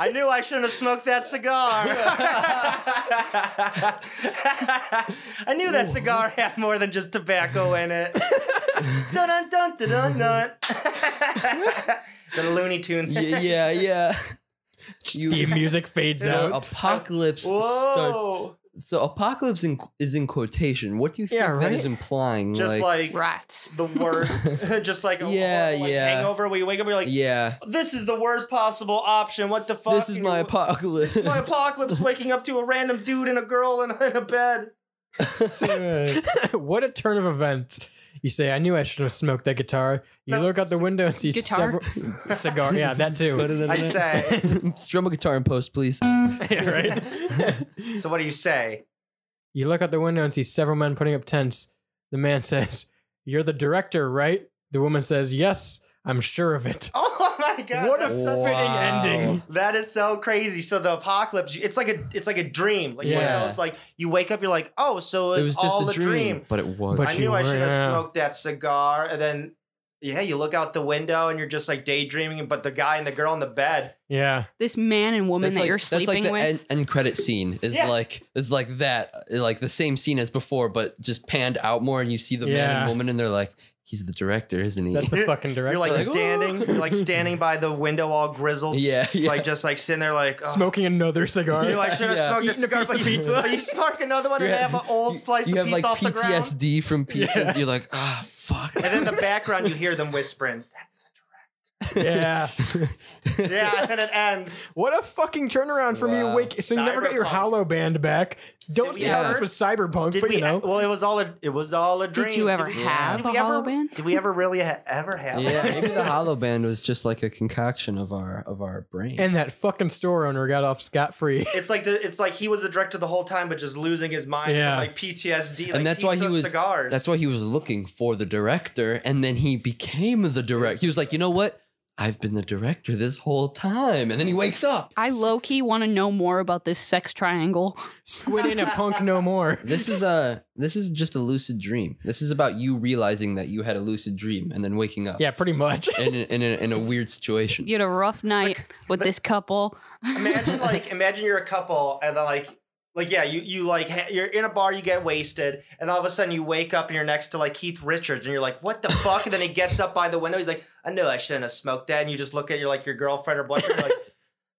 Speaker 2: I knew I shouldn't have smoked that cigar. I knew that cigar had more than just tobacco in it. dun dun dun dun dun. dun. the Looney Tune.
Speaker 9: yeah, yeah, yeah. You-
Speaker 5: the music fades
Speaker 9: So
Speaker 5: out.
Speaker 9: apocalypse starts.
Speaker 2: Whoa!
Speaker 9: So apocalypse in, is in quotation. What do you think
Speaker 5: Yeah,
Speaker 9: that
Speaker 5: right?
Speaker 9: is implying?
Speaker 2: Just like,
Speaker 8: Rats.
Speaker 2: the worst. just like a
Speaker 9: Yeah,
Speaker 2: like
Speaker 9: yeah.
Speaker 2: hangover. We wake up. We're like,
Speaker 9: yeah,
Speaker 2: this is the worst possible option. What the fuck?
Speaker 9: this is
Speaker 2: And
Speaker 9: my
Speaker 2: you-
Speaker 9: apocalypse.
Speaker 2: It's my apocalypse waking up to a random dude and a girl in, in a bed.
Speaker 5: what a turn of events. You say, I knew I should have smoked that guitar. You
Speaker 2: No,
Speaker 5: look out the window and see
Speaker 8: guitar?
Speaker 5: several cigar. Yeah, that too.
Speaker 2: I say.
Speaker 9: Strum a guitar in post, please.
Speaker 5: yeah, right.
Speaker 2: So what do you say?
Speaker 5: You look out the window and see several men putting up tents. The man says, You're the director, right? The woman says, Yes, I'm sure of it.
Speaker 2: Oh my my god!
Speaker 5: what a
Speaker 2: that's such
Speaker 5: fitting ending.
Speaker 2: That is so crazy. So the apocalypse, it's like a it's like a dream. Like one
Speaker 9: Yeah.
Speaker 2: of those like you wake up, you're like, oh, so
Speaker 9: It
Speaker 2: it's
Speaker 9: was just
Speaker 2: all
Speaker 9: a dream, but it was.
Speaker 5: But
Speaker 2: I
Speaker 5: you
Speaker 2: knew I
Speaker 5: were-
Speaker 2: should have
Speaker 5: yeah.
Speaker 2: smoked that cigar. And then yeah, you look out the window and you're just like daydreaming, but the guy and the girl in the bed.
Speaker 5: Yeah.
Speaker 8: This man and woman
Speaker 9: that's
Speaker 8: that
Speaker 9: like,
Speaker 8: you're sleeping
Speaker 9: that's like the
Speaker 8: with.
Speaker 9: End, end credit scene is
Speaker 2: Yeah.
Speaker 9: like is like that like the same scene as before, but just panned out more, and you see the man
Speaker 5: Yeah.
Speaker 9: and woman, and they're like, "He's the director, isn't he?"
Speaker 5: That's the fucking director.
Speaker 2: You're like,
Speaker 9: Like,
Speaker 2: standing, you're like standing by the window all grizzled.
Speaker 9: Yeah, yeah.
Speaker 2: Like just like sitting there like oh.
Speaker 5: smoking another cigar.
Speaker 2: You like should have
Speaker 9: Yeah.
Speaker 2: smoked
Speaker 5: Eating a
Speaker 2: cigar,
Speaker 5: piece
Speaker 2: but
Speaker 5: of
Speaker 2: you,
Speaker 5: pizza.
Speaker 2: but you spark another one
Speaker 9: You're
Speaker 2: and I
Speaker 9: at-
Speaker 2: have an old
Speaker 9: you-
Speaker 2: slice
Speaker 9: you
Speaker 2: of
Speaker 9: have
Speaker 2: pizza
Speaker 9: like
Speaker 2: off the ground.
Speaker 9: PTSD from pizza. You're like, ah, fuck.
Speaker 2: And then in the background you hear them whispering.
Speaker 5: yeah.
Speaker 2: Yeah, and then it ends.
Speaker 5: What a fucking turnaround from you
Speaker 9: Wow.
Speaker 5: wake. So you never got your
Speaker 2: Cyberpunk.
Speaker 5: hollow band back. Don't
Speaker 2: Did
Speaker 5: see
Speaker 2: we
Speaker 5: how
Speaker 2: ever-
Speaker 5: this was cyberpunk,
Speaker 2: Did
Speaker 5: but
Speaker 2: we? e-,
Speaker 5: you know.
Speaker 2: Well, it was all a it was all a dream.
Speaker 8: Did you ever
Speaker 2: we-
Speaker 8: have
Speaker 2: did
Speaker 8: a
Speaker 2: we ever,
Speaker 8: hollow band?
Speaker 2: Did we ever really ha- ever have?
Speaker 9: yeah,
Speaker 2: one?
Speaker 9: maybe the hollow band was just like a concoction of our of our brain.
Speaker 5: And that fucking store owner got off scot free.
Speaker 2: It's like the it's like he was the director the whole time, but just losing his mind,
Speaker 5: Yeah.
Speaker 2: from like PTSD. like
Speaker 9: and that's why he
Speaker 2: took
Speaker 9: was
Speaker 2: cigars.
Speaker 9: that's why he was looking for the director and then he became the director he was like you know what i've been the director this whole time and then he wakes up
Speaker 8: I low key want to know more about this sex triangle.
Speaker 5: Squid in a punk no more.
Speaker 9: this is a this is just a lucid dream this is about you realizing that you had a lucid dream and then waking up
Speaker 5: Yeah, pretty much.
Speaker 9: in, a- in, a, in a weird situation
Speaker 8: You had a rough night with this couple.
Speaker 2: imagine like imagine you're a couple and then like like yeah you you like ha- you're in a bar you get wasted and all of a sudden you wake up and you're next to like Keith Richards and you're like what the fuck and then he gets up by the window he's like I know I shouldn't have smoked that and you just look at your like your girlfriend or boyfriend you're like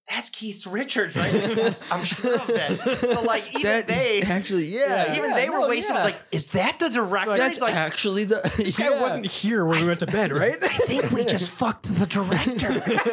Speaker 2: that's Keith Richards right Yes, I'm sure of that so like even
Speaker 9: That is
Speaker 2: they
Speaker 9: actually yeah,
Speaker 5: Yeah,
Speaker 2: even
Speaker 9: yeah,
Speaker 2: they were
Speaker 9: no,
Speaker 2: wasted
Speaker 9: yeah.
Speaker 2: It's like is that the director
Speaker 9: that's
Speaker 2: he's like
Speaker 9: actually the
Speaker 5: This guy
Speaker 9: yeah.
Speaker 5: wasn't here when we went to bed, right?
Speaker 2: I think we just fucked the director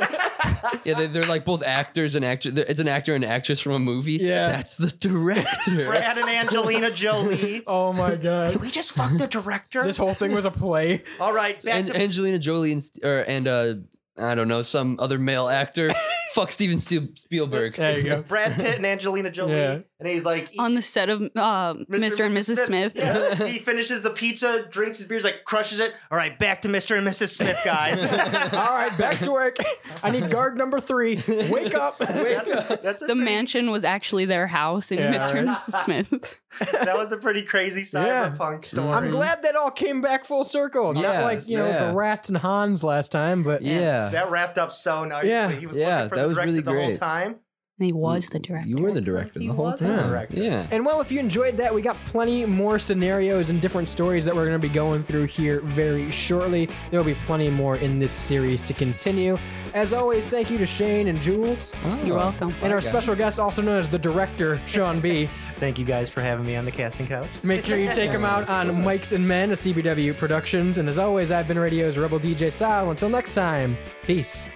Speaker 9: Yeah, they, they're like both actors and actress. It's an actor and actress from a movie.
Speaker 5: Yeah.
Speaker 9: that's the director.
Speaker 2: Brad and Angelina Jolie
Speaker 5: oh my god.
Speaker 2: did we just fuck the director
Speaker 5: This whole thing was a play.
Speaker 2: all right back
Speaker 9: and
Speaker 2: to
Speaker 9: Angelina Jolie and st- or, and uh, I don't know some other male actor. Fuck Steven Spiel- Spielberg.
Speaker 5: There you go.
Speaker 2: Brad Pitt and Angelina Jolie,
Speaker 5: Yeah.
Speaker 2: and he's like
Speaker 8: on the set of uh, Mr. and Mrs. Smith.
Speaker 2: Yeah. he finishes the pizza, drinks his beers, like crushes it. All right, back to Mr. and Mrs. Smith, guys. that's,
Speaker 5: All right, back to work. I need guard number three. Wake up.
Speaker 2: that's a
Speaker 8: The
Speaker 2: pretty-
Speaker 8: mansion was actually their house in
Speaker 5: Yeah,
Speaker 8: Mr. and Mrs. Smith.
Speaker 2: That was a pretty crazy
Speaker 5: Yeah.
Speaker 2: cyberpunk story.
Speaker 5: I'm glad that all came back full circle. Not
Speaker 9: Yes,
Speaker 5: like, you know,
Speaker 9: yeah.
Speaker 5: the rats and Hans last time, but
Speaker 9: Yeah,
Speaker 2: that wrapped up so nicely.
Speaker 5: Yeah.
Speaker 2: He was
Speaker 9: Yeah,
Speaker 2: looking for
Speaker 9: that
Speaker 2: the
Speaker 9: was
Speaker 2: director
Speaker 9: really
Speaker 2: the whole
Speaker 9: great.
Speaker 2: time.
Speaker 8: And he was the director.
Speaker 9: you were the director the whole
Speaker 2: was the
Speaker 9: time.
Speaker 2: director.
Speaker 9: Yeah,
Speaker 5: And well, if you enjoyed that, we got plenty more scenarios and different stories that we're going to be going through here very shortly. There will be plenty more in this series to continue. As always, thank you to Shane and Jules.
Speaker 9: Oh.
Speaker 8: You're welcome.
Speaker 5: And our special guest, also known as the director, Sean B.
Speaker 2: Thank you guys for having me on the casting couch.
Speaker 5: Make sure you take them out on Mikes and Men, a CBW Productions. And as always, I've been Radio's Rebel DJ Style. Until next time, peace.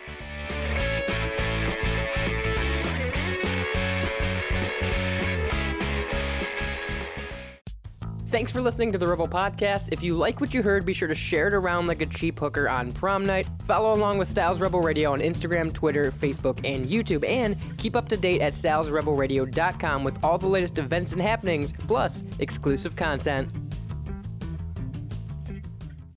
Speaker 5: Thanks for listening to the Rebel Podcast. If you like what you heard, be sure to share it around like a cheap hooker on prom night. Follow along with Styles Rebel Radio on Instagram, Twitter, Facebook, and YouTube. And keep up to date at stylesrebelradio.com with all the latest events and happenings, plus exclusive content.